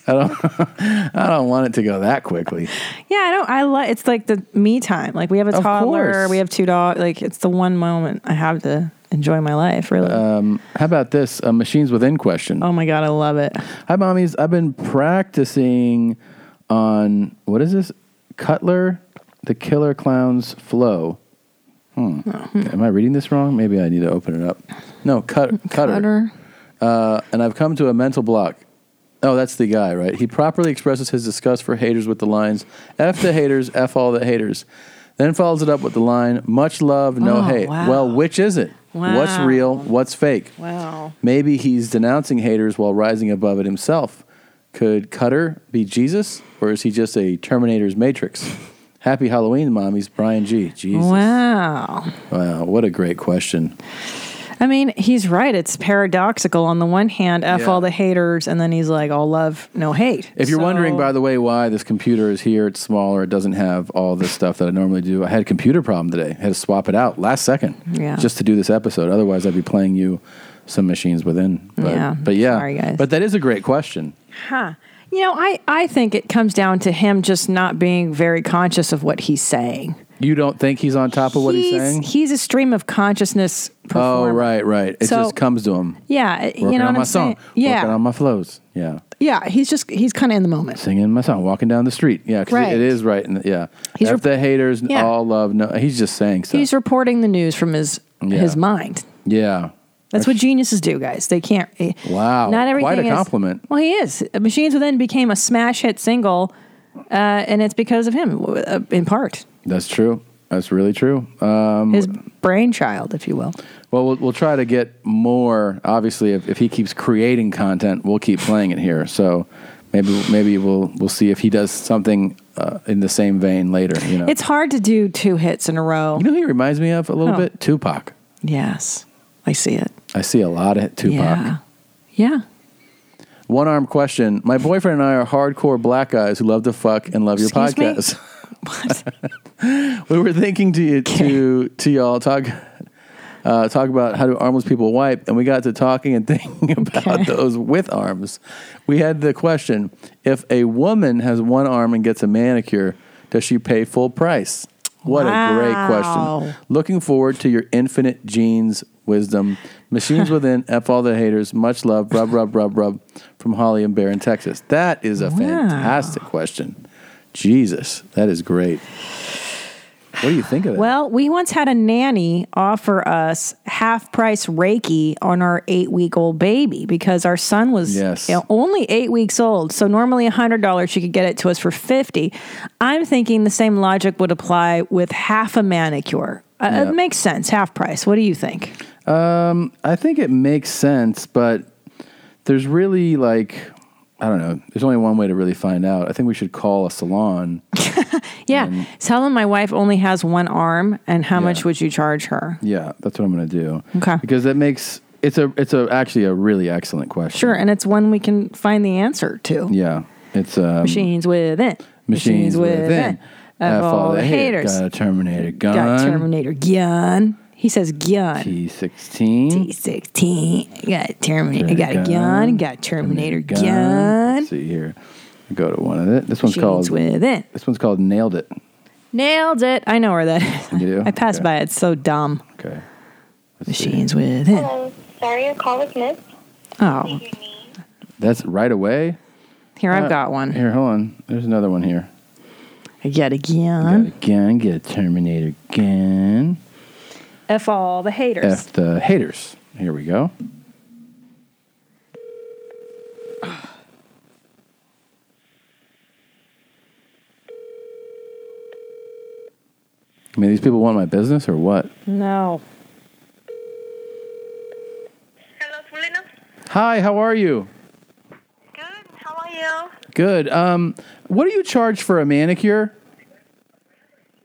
I don't I don't want it to go that quickly.
Yeah, I don't I like it's like the me time. Like we have a
Of
toddler,
course.
we have two dogs. Like it's the one moment I have to enjoy my life, really.
Um, how about this? Uh, machines within question. Oh
my god, I love it.
Hi, mommies. I've been practicing on what is this? Cutler, the Killer Clowns flow. Hmm. Am I reading this wrong? Maybe I need to open it up. No, cut, cutter.
Cutter.
Uh, and I've come to a mental block. Oh, that's the guy, right? He properly expresses his disgust for haters with the lines F the haters, F all the haters. Then follows it up with the line Much love, no
Oh,
hate.
wow.
Well, which is it? What's
Wow.
real? What's fake?
Wow.
Maybe he's denouncing haters while rising above it himself. Could Cutter be Jesus, or is he just a Terminator's Matrix? Happy Halloween, mommies. Brian G. Jesus.
Wow.
Wow, what a great question.
I mean, he's right. It's paradoxical. On the one hand, F
Yeah.
all the haters, and then he's like, all love, no hate.
If you're wondering, by the way, why this computer is here, it's smaller, it doesn't have all the stuff that I normally do. I had a computer problem today. I had to swap it out last second
Yeah.
just to do this episode. Otherwise, I'd be playing you some machines within. But
Yeah.
But yeah.
Sorry, guys.
But that is a great question.
Huh. You know, I, I think it comes down to him just not being very conscious of what he's saying.
You don't think he's on top of what he's, saying?
he's a stream of consciousness
Oh,
performer.
right, right. It
So-
just comes to him.
Yeah.
Working
you know
on
what
my
I'm saying?
song.
Yeah.
Working on my flows. Yeah.
yeah. He's just, he's kind of in the moment.
Singing my song, walking down the street. Yeah, 'cause it-
Right.
it is right. In the, yeah.
He's
F
rep-
the haters,
Yeah.
all love. No, he's just saying stuff.
He's reporting the news from his,
Yeah.
his mind.
yeah.
That's what geniuses do, guys. They can't. eh,
Wow.
Not everything
Quite a
is-
compliment.
Well, he is. Machines Within became a smash hit single, uh, and it's because of him, w- uh, in part.
That's true. That's really true. Um,
His brainchild, if you will.
well, well, we'll try to get more. Obviously, if, if he keeps creating content, we'll keep playing it here. So maybe maybe we'll we'll see if he does something uh, in the same vein later. You know,
It's hard to do two hits in a row.
you know, who he reminds me of a little
Oh.
bit Tupac.
Yes, I see it.
I see a lot of Tupac.
Yeah. Yeah.
One arm question. My boyfriend and I are hardcore black guys who love to fuck and love your
Excuse me?
podcast. we were thinking to you to to y'all talk uh, talk about how do armless people wipe, and we got to talking and thinking about those with arms. We had the question: If a woman has one arm and gets a manicure, does she pay full price? What a great
Wow.
question! Looking forward to your infinite jeans wisdom. Machines within, F all the haters. Much love, rub, rub, rub, rub from Holly and Bear in Texas. That is a
Wow.
fantastic question. Jesus, that is great. What do you think of that?
Well, we once had a nanny offer us half price Reiki on our eight week old baby because our son was
Yes.
you know, only eight weeks old. So normally $100, she could get it to us for 50 I'm thinking the same logic would apply with half a manicure. Uh,
Yeah.
It makes sense, half price. What do you think?
Um, I think it makes sense, but there's really like I don't know. There's only one way to really find out. I think we should call a salon.
Yeah.
Um,
Tell him my wife only has one arm and how much would you charge her?
Yeah, that's what I'm going to do.
Okay.
Because that makes it's a it's a actually a really excellent question.
Sure. And it's one we can find the answer to.
Yeah, it's um,
machines within.
machines within.
F all the haters.
Got a Terminator gun.
Got Terminator gun. He says gun.
T16.
T16. Got Terminator. Got a gun. Got Terminator
gun.
gun.
Let's see here. Go to one of it. This one's
Machines
called
within.
This one's called Nailed It.
Nailed it. I know where that is.
You do?
I passed
Okay.
by it. It's so dumb.
Okay.
Machines within.
Sorry, your call was missed.
Oh,
That's right away.
here I've
Uh,
got one.
Here, hold on. There's another one here.
I got a gun.
Gun, get a Terminator gun.
F all the haters.
F the haters. Here we go. I mean, these people want my business or what?
No.
Hi, how are you? Good. How are you? Good. Um, what do you charge for a manicure?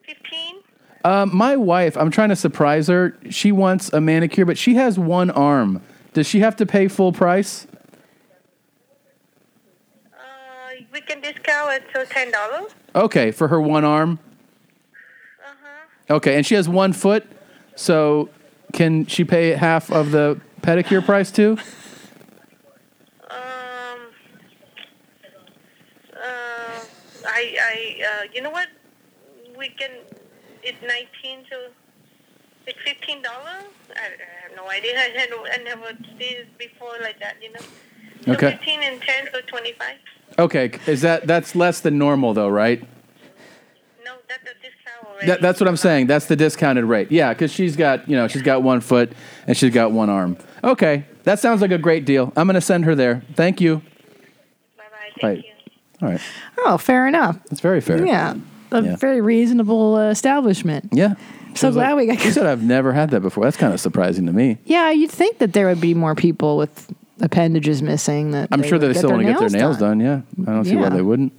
Fifteen. Um, my wife. I'm trying to surprise her. She wants a manicure, but she has one arm. Does she have to pay full price?
Uh, We can discount it to ten dollars.
Okay, for her one arm. Okay, and she has one foot, so can she pay half of the pedicure price too?
Um, I, I, uh, you know what? We can. It's nineteen, so it's fifteen dollars. I, I have no idea. I, had, I never did this before like that. You know. So
Okay.
Fifteen and ten, so twenty-five.
Okay, is that that's less than normal though, right? No, that's a discount rate. that's what I'm saying. That's the discounted rate. Yeah, because she's got you know she's got one foot and she's got one arm. Okay, that sounds like a great deal. I'm gonna send her there. Thank you. Bye bye. Thank you. All right,
Oh, fair enough.
that's very fair.
Yeah. A
Yeah.
very reasonable uh, establishment.
Yeah.
So glad we got.
You said I've never had that before. That's kind of surprising to me.
Yeah, you'd think that there would be more people with appendages missing. That
I'm
they
sure
would
they still want to get their nails done. Yeah, I don't see why
Yeah.
they wouldn't.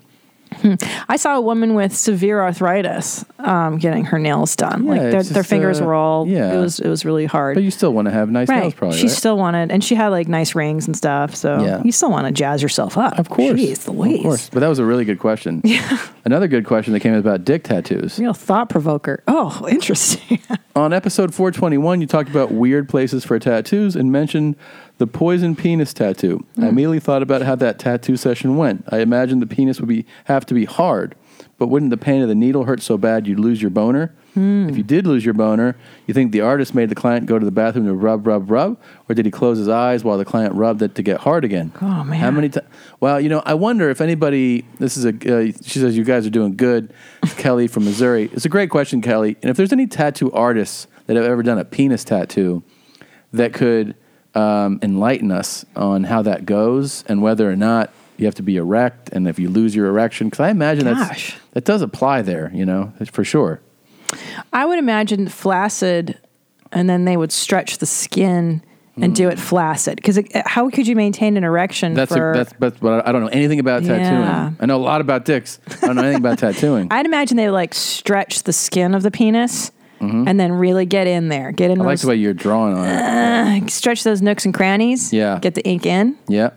I saw a woman with severe arthritis um, getting her nails done. like
Yeah,
their,
it's
their
just,
fingers
uh,
were all.
yeah.
It was it was really hard.
But you still want to have nice
right.
nails, probably.
she
right?
still wanted, and she had like nice rings and stuff. So
Yeah.
you still want to jazz yourself up. Of course. Jeez, Louise.
Of course. But that was a really good question. Yeah. Another good question that came in about dick tattoos.
Real thought provoker. Oh, interesting.
On episode 421, you talked about weird places for tattoos and mentioned the poison penis tattoo.
Hmm.
I immediately thought about how that tattoo session went. I imagined the penis would be have to be hard, but wouldn't the pain of the needle hurt so bad you'd lose your boner?
Hmm.
If you did lose your boner, you think the artist made the client go to the bathroom to rub, rub, rub, or did he close his eyes while the client rubbed it to get hard again?
Oh, man.
How many times? Well, you know, I wonder if anybody. This is a. Uh, she says you guys are doing good, Kelly from Missouri. It's a great question, Kelly. And if there's any tattoo artists that have ever done a penis tattoo, that could um, enlighten us on how that goes and whether or not you have to be erect and if you lose your erection, because I imagine that's
Gosh.
that does apply there. You know, that's for sure.
I would imagine flaccid, and then they would stretch the skin and do it flaccid. Because how could you maintain an erection
Hmm. That's
for?
a, that's but, but I don't know anything about tattooing.
Yeah.
I know a lot about dicks. I don't know anything about tattooing.
I'd imagine they would like stretch the skin of the penis
Mhm.
and then really get in there, get in
I like
those,
the way you're drawing on it.
uh, stretch those nooks and crannies.
Yeah.
Get the ink in.
Yeah.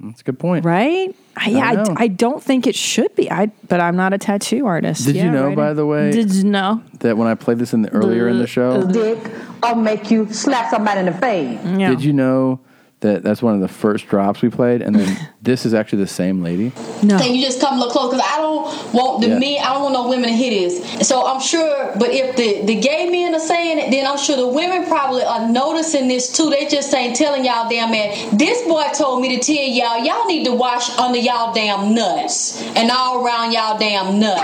That's a good point.
Right? I, yeah, I,
don't know.
I don't think it should be. I but I'm not a tattoo artist.
Did you
Yeah,
know,
right.
by the way-
Did you know?
That when I played this in the earlier in the show,
Uh,
Dick, I'll make you slap somebody in the face.
did you know that that's one of the first drops we played, and then this is actually the same lady.
Can you just come a little close? Because I don't want the
Yeah.
men, I don't want no women to hear this. So I'm sure, but if the, the gay men are saying it, then I'm sure the women probably are noticing this too. They just ain't telling y'all damn man. This boy told me to tell y'all, y'all need to wash under y'all damn nuts and all around y'all damn nuts.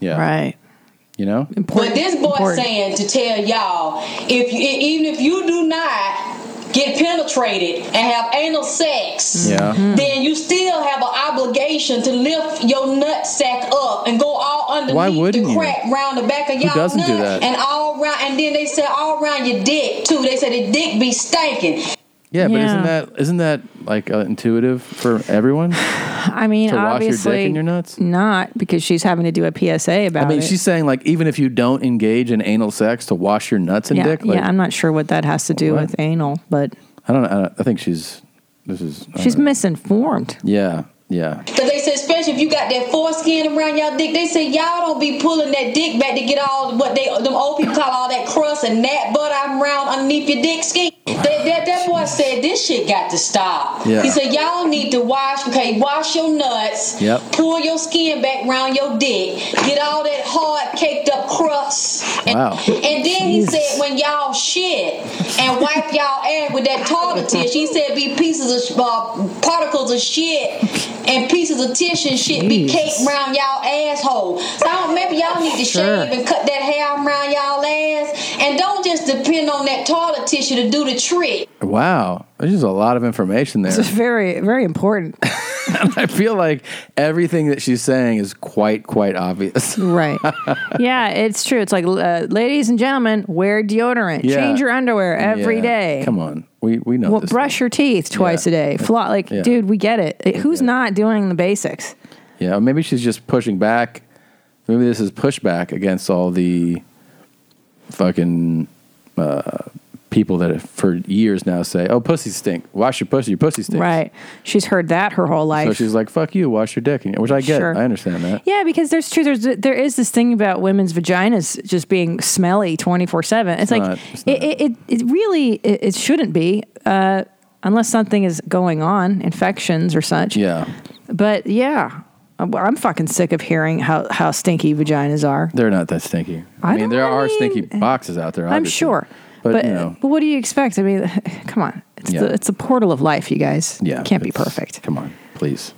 Yeah.
Right.
You know.
But this boy
Important.
saying to tell y'all, if you, even if you do not get penetrated and have anal sex,
Yeah. Mhm.
then you still have an obligation to lift your nut sack up and go all underneath
Why wouldn't
the
you?
crack round the back of
Who
y'all
doesn't
nut
do that?
and all around. And then they said all around your dick too. They said the dick be stinking.
Yeah, but isn't
Yeah.
that isn't that like uh, intuitive for everyone?
I mean,
To wash your dick
obviously,
in your nuts?
not because she's having to do a PSA about
I mean,
it.
she's saying like even if you don't engage in anal sex to wash your nuts and
yeah,
dick. Like,
yeah, I'm not sure what that has to do
What?
with anal, but
I don't know. I, don't- I think she's this is I
she's
don't know.
misinformed.
yeah yeah.
Cause they said, especially if you got that foreskin around y'all dick, they said y'all don't be pulling that dick back to get all what they them old people call all that crust and that butt I'm round underneath your dick skin. That that, that boy said this shit got to stop.
Yeah.
He said y'all need to wash okay, wash your nuts,
Yep.
pull your skin back round your dick, get all that hard caked up crust. And,
Wow.
and then he
Jesus.
said when y'all shit and wipe y'all ass with that toilet tissue, he said be pieces of uh, particles of shit and pieces of tissue and shit be
Jeez.
caked round y'all asshole. So I don't, maybe y'all need to
Sure.
shave and cut that hair around y'all ass, and don't just depend on that toilet tissue to do the trick.
Wow, there's just a lot of information there.
This is very, very important.
And I feel like everything that she's saying is quite quite obvious.
Right. yeah, it's true. It's like, uh, ladies and gentlemen, wear deodorant.
Yeah.
Change your underwear every
Yeah.
day.
Come on, we we know
Well,
this.
brush your teeth twice a day. Fly, like,
Yeah.
dude, we get it. It- Who's not doing the basics?
Yeah, maybe she's just pushing back. Maybe this is pushback against all the fucking uh, people that have, for years now say, "Oh, pussies stink. Wash your pussy. Your pussy stinks."
Right. She's heard that her whole life.
So she's like, "Fuck you. Wash your dick." And- Which I get.
Sure.
I understand that.
yeah, because there's true. There's there is this thing about women's vaginas just being smelly twenty four seven. It's
It's
like
not- it's
it, it, it it really it, it shouldn't be uh, unless something is going on, infections or such.
Yeah.
But yeah, I'm, I'm fucking sick of hearing how how stinky vaginas are.
They're not that stinky. I, mean, there are stinky boxes out there.
I'm
obviously.
sure.
but,
But,
you know.
but what do you expect? I mean, come on. It's,
Yeah.
the, it's the portal of life, you guys.
Yeah,
It can't be
it's-
perfect.
Come on, please.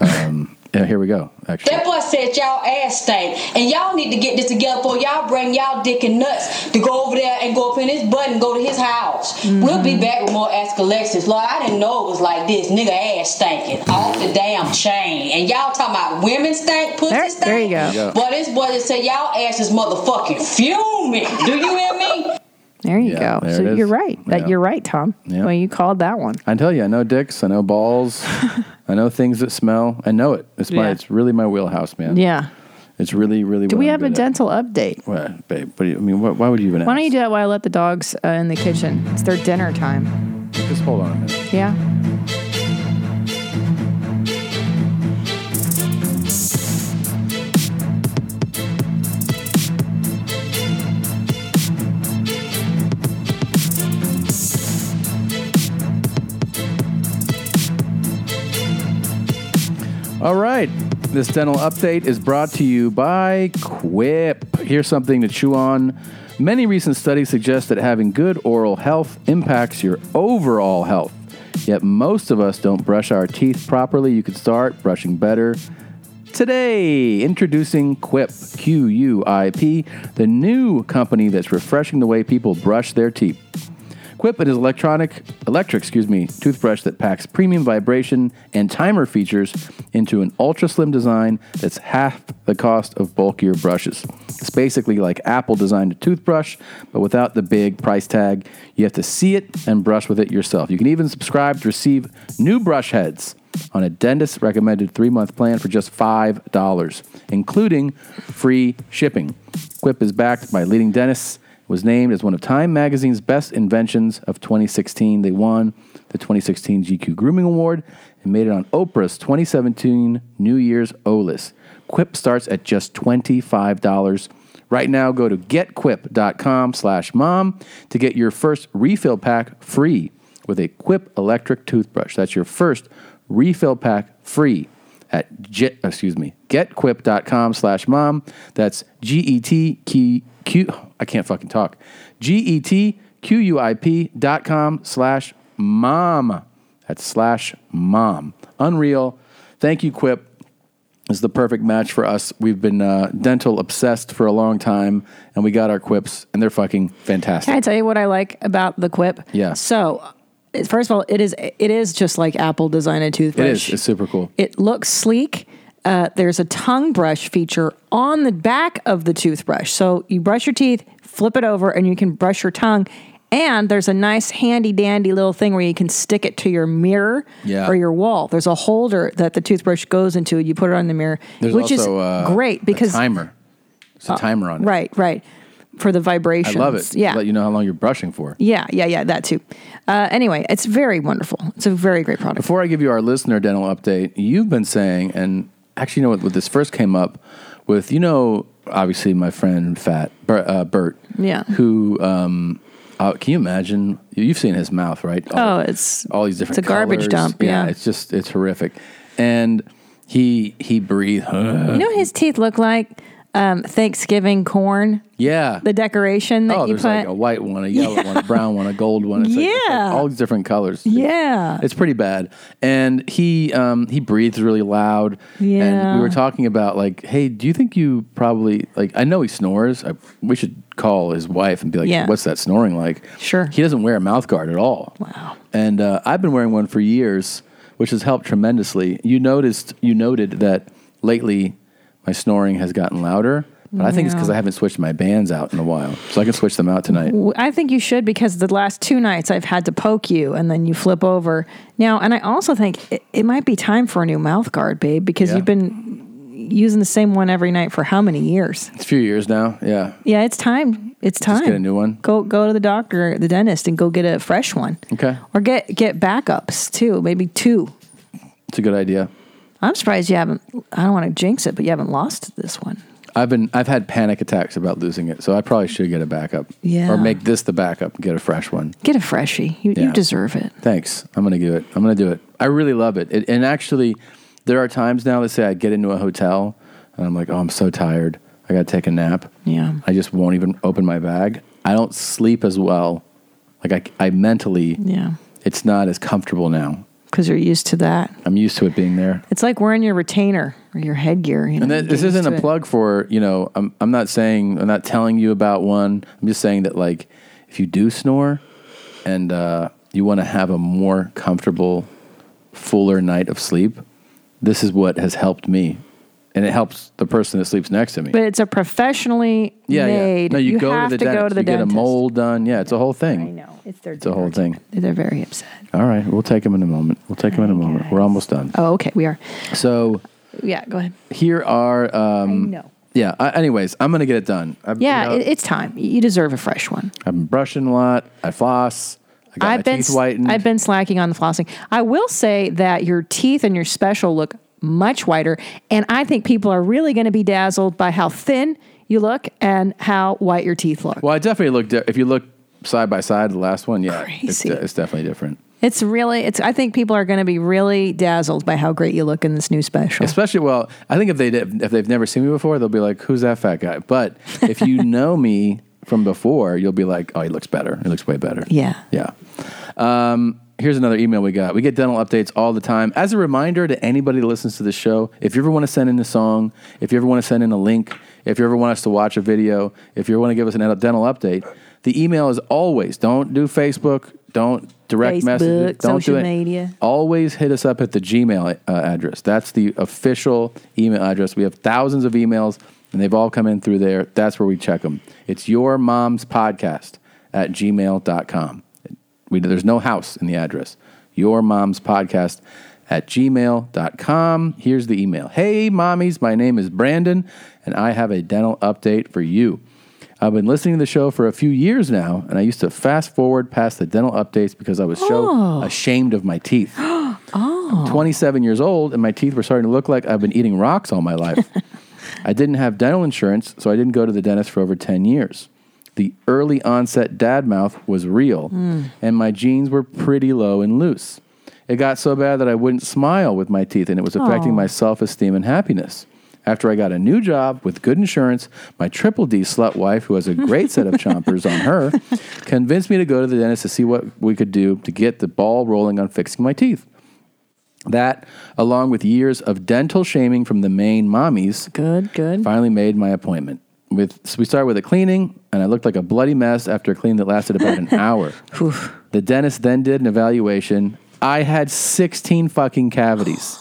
Um, yeah, here we go. Actually,
That boy said y'all ass stank, and y'all need to get this together before y'all bring y'all dick and nuts to go over there and go up in his butt and go to his house. We'll be back with more Ask Alexis. Lord, I didn't know it was like this. Nigga ass stinking off the damn chain. And y'all talking about women stink, pussy stink? There you
go.
Yeah.
Boy, this boy just said y'all ass is motherfucking fuming. Do you hear me?
There you
Yeah,
go.
there it
so
is.
you're right. That
Yeah.
you're right, Tom.
Yeah.
Well, you called that one.
I tell you, I know dicks. I know balls. I know things that smell. I know it. It's my.
Yeah.
It's really my wheelhouse, man.
Yeah.
It's really, really.
Do
what
we
I'm
have a
good at.
dental update?
What, babe? What do you, I mean, what, why would you even?
Why
ask?
don't you do that while I let the dogs uh, in the kitchen? It's their dinner time.
Just hold on a minute.
Yeah.
All right. This dental update is brought to you by Quip. Here's something to chew on. Many recent studies suggest that having good oral health impacts your overall health. Yet most of us don't brush our teeth properly. You could start brushing better today. Introducing Quip, Q U I P, the new company that's refreshing the way people brush their teeth. Quip is an electronic, electric, excuse me, toothbrush that packs premium vibration and timer features into an ultra slim design that's half the cost of bulkier brushes. It's basically like Apple designed a toothbrush, but without the big price tag. You have to see it and brush with it yourself. You can even subscribe to receive new brush heads on a dentist recommended three month plan for just $5, including free shipping. Quip is backed by leading dentists was named as one of Time Magazine's best inventions of 2016. They won the 2016 GQ Grooming Award and made it on Oprah's 2017 New Year's O list. Quip starts at just $25. Right now, go to getquip.com slash mom to get your first refill pack free with a Quip electric toothbrush. That's your first refill pack free at jet, excuse me, getquip.com slash mom. That's G-E-T-Q, I can't fucking talk. E G-E-T-Q-U-I-P dot com slash mom. That's slash mom. Unreal. Thank you, Quip. It's the perfect match for us. We've been uh, dental obsessed for a long time, and we got our quips, and they're fucking fantastic.
Can I tell you what I like about the Quip?
Yeah.
So, it- first of all, it is it is just like Apple designed a
It
toothbrush.
is. It's super cool.
It looks sleek. Uh, there's a tongue brush feature on the back of the toothbrush. So you brush your teeth, flip it over, and you can brush your tongue. And there's a nice handy dandy little thing where you can stick it to your mirror
Yeah.
or your wall. There's a holder that the toothbrush goes into. You put it on the mirror,
There's
which is
also, uh,
great because Uh,
a timer. It's a timer on it.
Right, right. For the
I
vibrations.
love it.
Yeah.
Let you know how long you're brushing for.
Yeah, yeah, yeah, that too. Uh, anyway, it's very wonderful. It's a very great product.
Before I give you our listener dental update, you've been saying, and actually, you know what? When this first came up, with you know, obviously my friend Fat Bert, uh, Bert
Yeah.
who um, uh, can you imagine? You- You've seen his mouth, right?
Oh, it's-
all these different.
it's a garbage
colors.
dump, yeah.
it's just it's horrific, and he he breathed.
You know what his teeth look like? Um, Thanksgiving corn,
yeah.
the decoration that
oh,
you
there's
put.
like a white one, a yellow one, a brown one, a gold one. It's like- it's like
Yeah.
all these different colors.
yeah.
It's pretty bad. And he um, he breathes really loud.
Yeah.
And we were talking about like, hey, do you think you probably like? I know he snores. I, we should call his wife and be like,
Yeah.
what's that snoring like?
Sure.
He doesn't wear a mouth guard at all. Wow. And uh, I've been wearing one for years, which has helped tremendously. You noticed you noted that lately my snoring has gotten louder. But I think it's
Yeah.
because I haven't switched my bands out in a while, so I can switch them out tonight.
W- I think you should because the last two nights I've had to poke you and then you flip over. Now, and I also think it, it might be time for a new mouth guard, babe, because
Yeah.
you've been using the same one every night for how many years?
It's a few years now. Yeah.
Yeah, it's time. It's time.
Just get a new one.
Go go to the doctor, the dentist, and go get a fresh one,
Okay.
or get get backups too. Maybe two.
It's a good idea.
I'm surprised you haven't. I don't want to jinx it, but you haven't lost this one.
I've been I've had panic attacks about losing it, so I probably should get a backup.
Yeah.
Or make this the backup and get a fresh one.
Get a freshie. You
Yeah.
you deserve it.
Thanks. I'm gonna do it. I'm gonna do it. I really love it. it. And actually, there are times now. Let's say I get into a hotel and I'm like, oh, I'm so tired. I gotta take a nap.
Yeah.
I just won't even open my bag. I don't sleep as well. Like I, I mentally,
Yeah,
it's not as comfortable now.
because you're used to that.
I'm used to it being there.
It's like wearing your retainer or your headgear. You know,
And
you
that,
get
this
used
isn't
to
a
it.
plug for you know. I'm I'm not saying I'm not telling you about one. I'm just saying that like if you do snore, and uh, you want to have a more comfortable, fuller night of sleep, this is what has helped me, and it helps the person that sleeps next to me.
But it's a professionally
yeah,
made.
yeah. No, you, go
have
to the dentist.
go to the
you
dentist.
get a mold done. Yeah, it's a whole thing. I
know. It's their.
It's a whole thing.
They're very upset.
All right, we'll take them in a moment. We'll take them in a moment. We're almost done.
Oh, okay. We are.
So
Yeah. Go ahead.
here are. Um,
I know.
Yeah. I, anyways, I'm gonna get it done. I've,
Yeah,
you know,
it, it's time. You deserve a fresh one.
I've been brushing a lot. I floss. I got
I've
my
been
teeth whitened.
I've been slacking on the flossing. I will say that your teeth and your special look much whiter, and I think people are really going to be dazzled by how thin you look and how white your teeth look.
well, I definitely looked. Di- if you look side by side, the last one, yeah, it's, de- it's definitely different.
It's really, it's. I think people are going to be really dazzled by how great you look in this new special.
Especially, well, I think if they did, if they've never seen me before, they'll be like, "Who's that fat guy?" But if you know me from before, you'll be like, "Oh, he looks better. He looks way better."
Yeah.
Yeah. Um, here's another email we got. We get dental updates all the time. As a reminder to anybody that listens to the show, if you ever want to send in a song, if you ever want to send in a link, if you ever want us to watch a video, if you ever want to give us an ed- dental update, the email is always don't do Facebook, don't direct
Facebook,
message, don't
social
do it.
media.
Always hit us up at the Gmail uh, address. That's the official email address. We have thousands of emails, and they've all come in through there. That's where we check them. It's your mom's podcast at gmail.com. We, there's no house in the address. Your mom's podcast at gmail.com. Here's the email Hey, mommies, my name is Brandon, and I have a dental update for you. I've been listening to the show for a few years now, and I used to fast forward past the dental updates because I was
Oh.
so ashamed of my teeth.
oh.
27 years old, and my teeth were starting to look like I've been eating rocks all my life. I didn't have dental insurance, so I didn't go to the dentist for over 10 years. The early onset dad mouth was real,
Mm.
and my jeans were pretty low and loose. It got so bad that I wouldn't smile with my teeth, and it was affecting
Aw.
my self esteem and happiness. After I got a new job with good insurance, my triple D slut wife, who has a great set of chompers on her, convinced me to go to the dentist to see what we could do to get the ball rolling on fixing my teeth. That, along with years of dental shaming from the main mommies,
good, good,
finally made my appointment. With so we started with a cleaning, and I looked like a bloody mess after a clean that lasted about an hour. the dentist then did an evaluation. I had sixteen fucking cavities.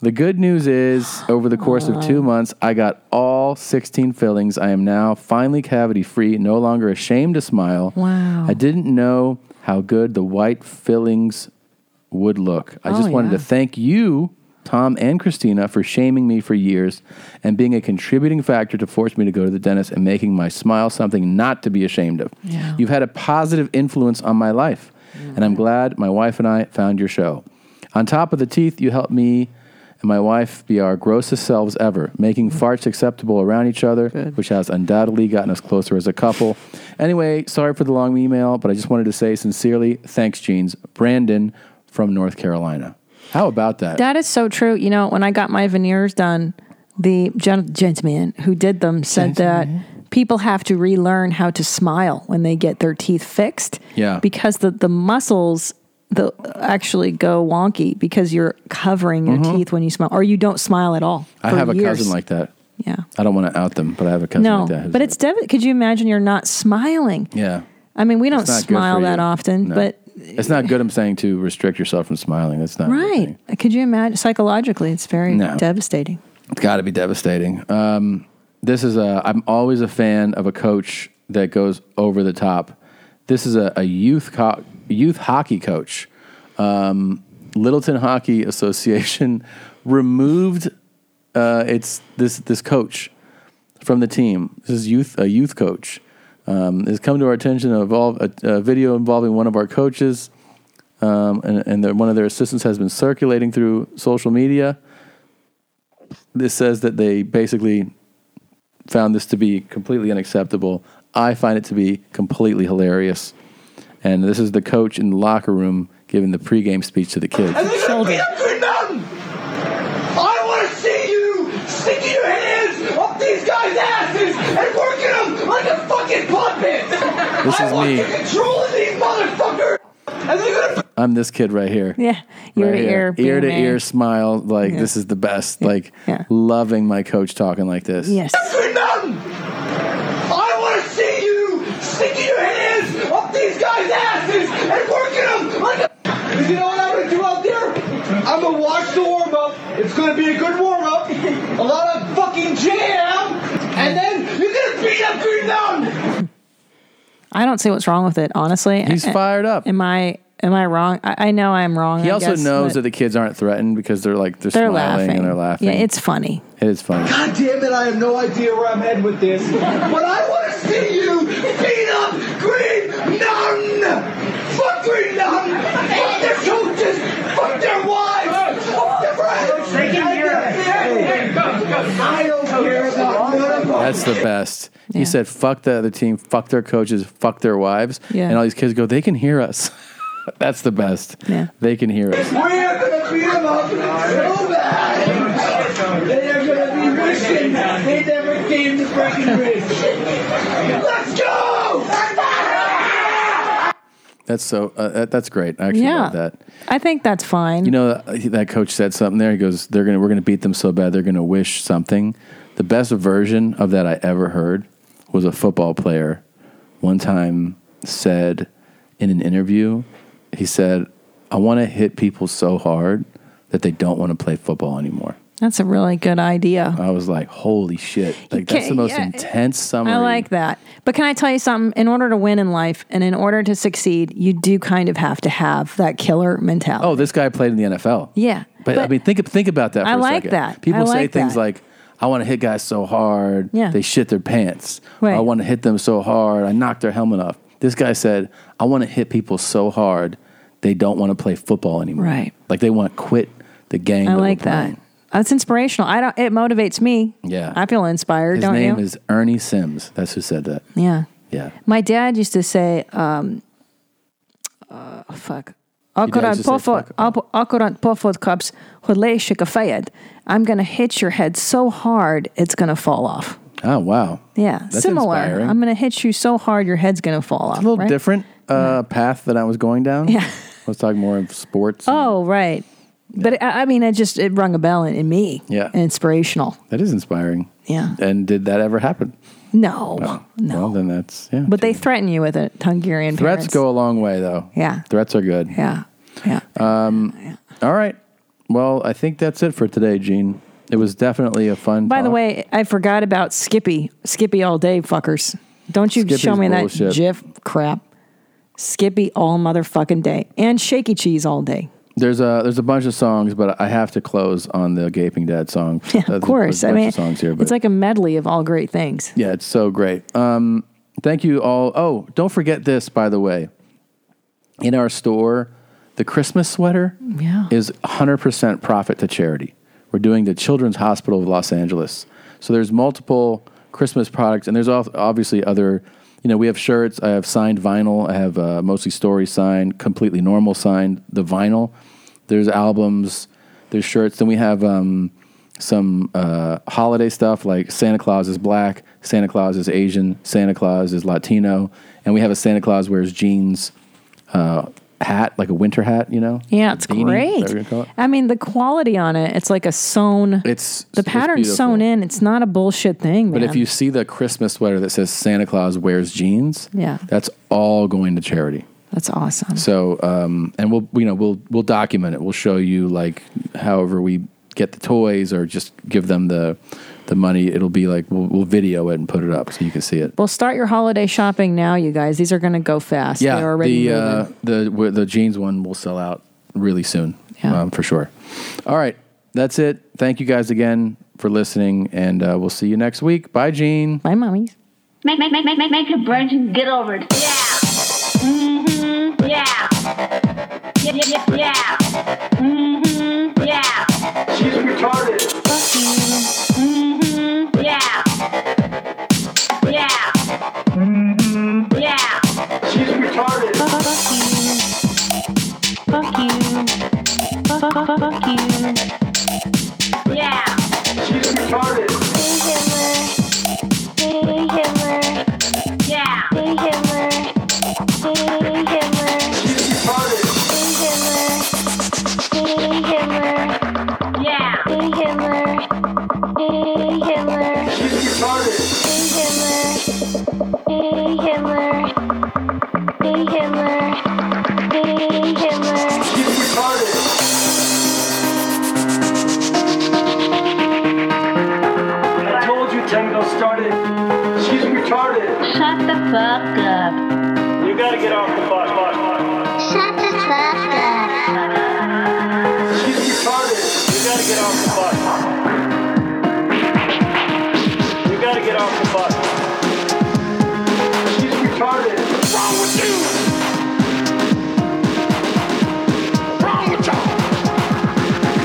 the good news is, over the course of
Oh.
two months, I got all sixteen fillings. I am now finally cavity free, no longer ashamed to smile.
Wow.
I didn't know how good the white fillings would look. I
Oh,
just wanted
yeah.
to thank you, Tom and Christina, for shaming me for years and being a contributing factor to force me to go to the dentist and making my smile something not to be ashamed of.
Yeah.
You've had a positive influence on my life, and
Mm-hmm.
I'm glad my wife and I found your show. On top of the teeth, you helped me and my wife be our grossest selves ever, making
Mm-hmm.
farts acceptable around each other, which has undoubtedly gotten us closer as a couple. Anyway, sorry for the long email, but I just wanted to say sincerely, thanks, Jeans. Brandon from North Carolina. How about that?
That is so true. You know, when I got my veneers done, the gen- gentleman who did them said that people have to relearn how to smile when they get their teeth fixed.
Yeah.
Because the, the muscles the, actually go wonky because you're covering your teeth when you smile, or you don't smile at all.
Mm-hmm. I
for
have a
years.
cousin like that.
Yeah.
I don't want to out them, but I have a cousin
No,
like that. who's-
but it's dev- could you imagine you're not smiling?
yeah.
I mean, we don't
It's not good for
smile that
you.
often,
No.
but
it's not good. I'm saying to restrict yourself from smiling. That's not
right. Could you imagine psychologically it's very
No.
devastating.
It's got to be devastating. Um, this is a. I'm always a fan of a coach that goes over the top. This is a, a youth co- youth hockey coach. Um, Littleton Hockey Association removed uh, it's this this coach from the team. This is youth a youth coach. Um, has come to our attention of all, a, a video involving one of our coaches, um, and, and their, one of their assistants has been circulating through social media this says that they basically found this to be completely unacceptable. I find it to be completely hilarious. And this is the coach in the locker room giving the pregame speech to the kids.
And they're going to beat up your nun. I want to see you sticking your hands up these guys' asses and working them like a fucking puppet.
This
I
is
want
me.
you controlling these motherfuckers. And they're going to
I'm this kid right here.
Yeah,
Right here. ear to ear smile. Like,
Yeah.
this is the best. Like, loving my coach talking like this.
Yes. I want to see you sticking your hands up these guys' asses and working them like a. You know what I'm going to do out there? I'm going to watch the warm up. It's going to be a good warm up. A lot of fucking jam. And then you're going to beat up your nun.
I don't see what's wrong with it, honestly.
He's fired up.
Am I am I wrong? I, I know I'm wrong.
He
I
also
guess,
knows that
but
the kids aren't threatened because they're like, they're,
they're
smiling
laughing
and they're laughing.
Yeah, it's funny.
it is funny.
God damn it, I have no idea where I'm heading with this. But I want to see you beat up Green Nun! Fuck Green Nun! Fuck their coaches! Fuck their wives! Fuck their friends! I don't care about none of them.
That's the best. He said, fuck the other team, fuck their coaches, fuck their wives.
Yeah.
And all these kids go, they can hear us. That's the best.
Yeah.
They can hear us.
We're gonna beat them up so bad. They're gonna be wishing they never came to Breckenridge. Let's go!
That's so, uh, that- that's great. I actually
Yeah.
love that.
I think that's fine.
You know, uh, that coach said something there. He goes, they're going to, we're going to beat them so bad. They're going to wish something. The best version of that I ever heard was a football player one time said in an interview, he said, I want to hit people so hard that they don't want to play football anymore.
that's a really good idea.
I was like, holy shit. Like, that's
can't-
the most
yeah,
intense summary.
I like that. But can I tell you something? In order to win in life and in order to succeed, you do kind of have to have that killer mentality.
Oh, this guy played in the NFL.
yeah.
But, I mean, think think about that for
I
a
like
second.
that.
People
I
say
like
things
that.
like, I want to hit guys so hard
Yeah.
they shit their pants.
Right.
I want to hit them so hard I knock their helmet off. This guy said, I want to hit people so hard they don't want to play football anymore.
Right.
Like they want to quit the game.
I
that we're
like that. That's inspirational. I don't. It motivates me.
Yeah.
I feel inspired.
His
don't
name
you?
is Ernie Sims. That's who said that.
yeah.
Yeah.
My dad used to say, um, uh, fuck.
dad used to say
Akurat pofot cups, I'm going to hit your head so hard it's going to fall off.
Oh, wow.
Yeah,
That's
similar.
inspiring.
I'm going to hit you so hard your head's going to fall off.
a little
right?
different uh, path that I was going down.
Yeah.
Let's talk more of sports.
Oh, right. But I, I mean, it just it rung a bell in, in me.
Yeah.
Inspirational.
That is inspiring.
Yeah.
And did that ever happen?
No.
no. Well, then that's, yeah.
But they threaten you with it, Hungarian
Threats
parents.
go a long way, though.
Yeah.
Threats are good.
Yeah. Yeah.
Um, All right. Well, I think that's it for today, Gene. It was definitely a fun.
By the
talk.
way, I forgot about Skippy. Skippy all day, fuckers. Don't you
Skippy's
show me
bullshit.
that GIF crap. Skippy all motherfucking day. And shaky cheese all day.
there's a there's a bunch of songs, but I have to close on the Gaping Dad song. Yeah,
Of course. I mean,
songs here, but
it's like a medley of all great things.
Yeah, it's so great. Um, thank you all. Oh, don't forget this, by the way. In our store, the Christmas sweater
Yeah.
is 100% profit to charity. We're doing the Children's Hospital of Los Angeles. So there's multiple Christmas products, and there's al- obviously other, you know, we have shirts, I have signed vinyl, I have uh, mostly story signed, completely normal signed, the vinyl. There's albums, there's shirts, then we have um, some uh, holiday stuff like Santa Claus is black, Santa Claus is Asian, Santa Claus is Latino, and we have a Santa Claus wears jeans uh, hat, like a winter hat, you know?
Yeah, it's
Beanie,
great.
whatever you call it.
I mean, the quality on it, it's like a sewn.
It's
the pattern's
beautiful.
sewn in. It's not a bullshit thing, man.
But if you see the Christmas sweater that says Santa Claus wears jeans,
Yeah.
that's all going to charity.
That's awesome.
So, um, and we'll you know we'll we'll document it. We'll show you like however we get the toys or just give them the the money. It'll be like we'll, we'll video it and put it up so you can see it.
Well, start your holiday shopping now, you guys. These are going to go fast.
yeah,
They're already
the
moving.
uh, the where the jeans one will sell out really soon, um, for sure. All right, that's it. Thank you guys again for listening, and uh, we'll see you next week. Bye, Gene.
Bye, mommies.
Make, make, make, make, make, make a branch and get over it. Yeah. Mm-hmm. Yeah. Yeah, yeah, yeah, yeah. Mm-hmm. Yeah. She's retarded. Fuck you. Mm-hmm. Yeah. Yeah. Mm-hmm. Yeah. She's retarded. Fuck you. Fuck you. Fuck, fuck, fuck, fuck you. Yeah. She's retarded. Yeah.
I told you Tango started. She's retarded.
Shut the fuck up.
You gotta get off the bus.
Shut the fuck up.
She's retarded. You gotta get off the bus. You gotta get off the bus. She's retarded. What's wrong with you? Wrong with y'all?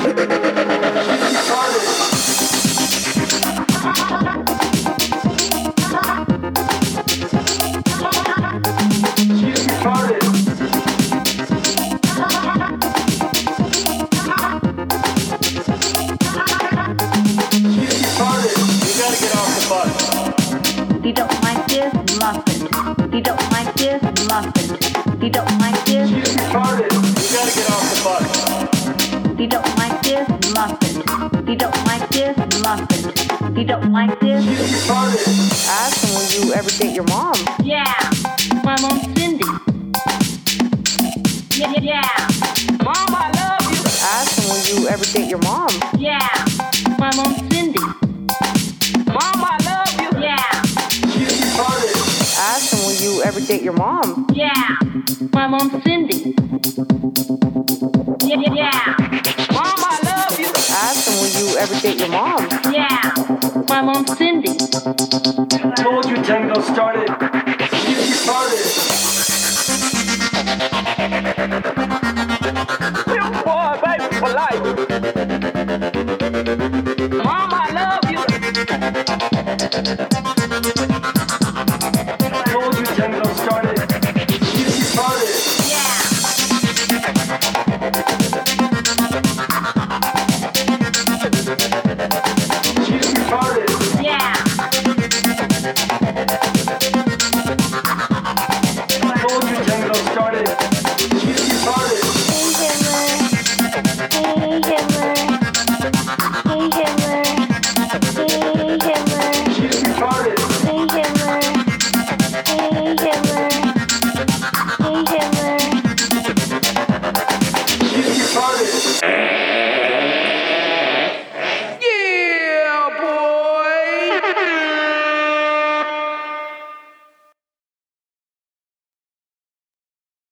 She's retarded. She's retarded. She's retarded. You gotta get off the bus.
You don't like this, muff it. You don't like this, muff it. You don't like this.
retarded. You gotta get off the bus.
You don't like this, muff it. You don't like this, muff it. You don't like this. Ask them when you ever date your mom. Yeah, my mom's Cindy. Yeah, yeah, yeah. Mom, I love you. Ask them when you ever date your mom. Yeah, my mom's Cindy. Mom, I love you. Yeah. Ask them when you ever date your mom. Yeah, my mom's Cindy. Yeah, yeah, yeah. Mom, I love you. Ask them will you ever date your mom. Yeah.
tell on Cindy.
Told you Django started. She's retarded.
Little boy, baby, for life. Mom, I love you.
Told you Django started. She's retarded.
Yeah.
Told you Django started. She's retarded. She's retarded. She's retarded.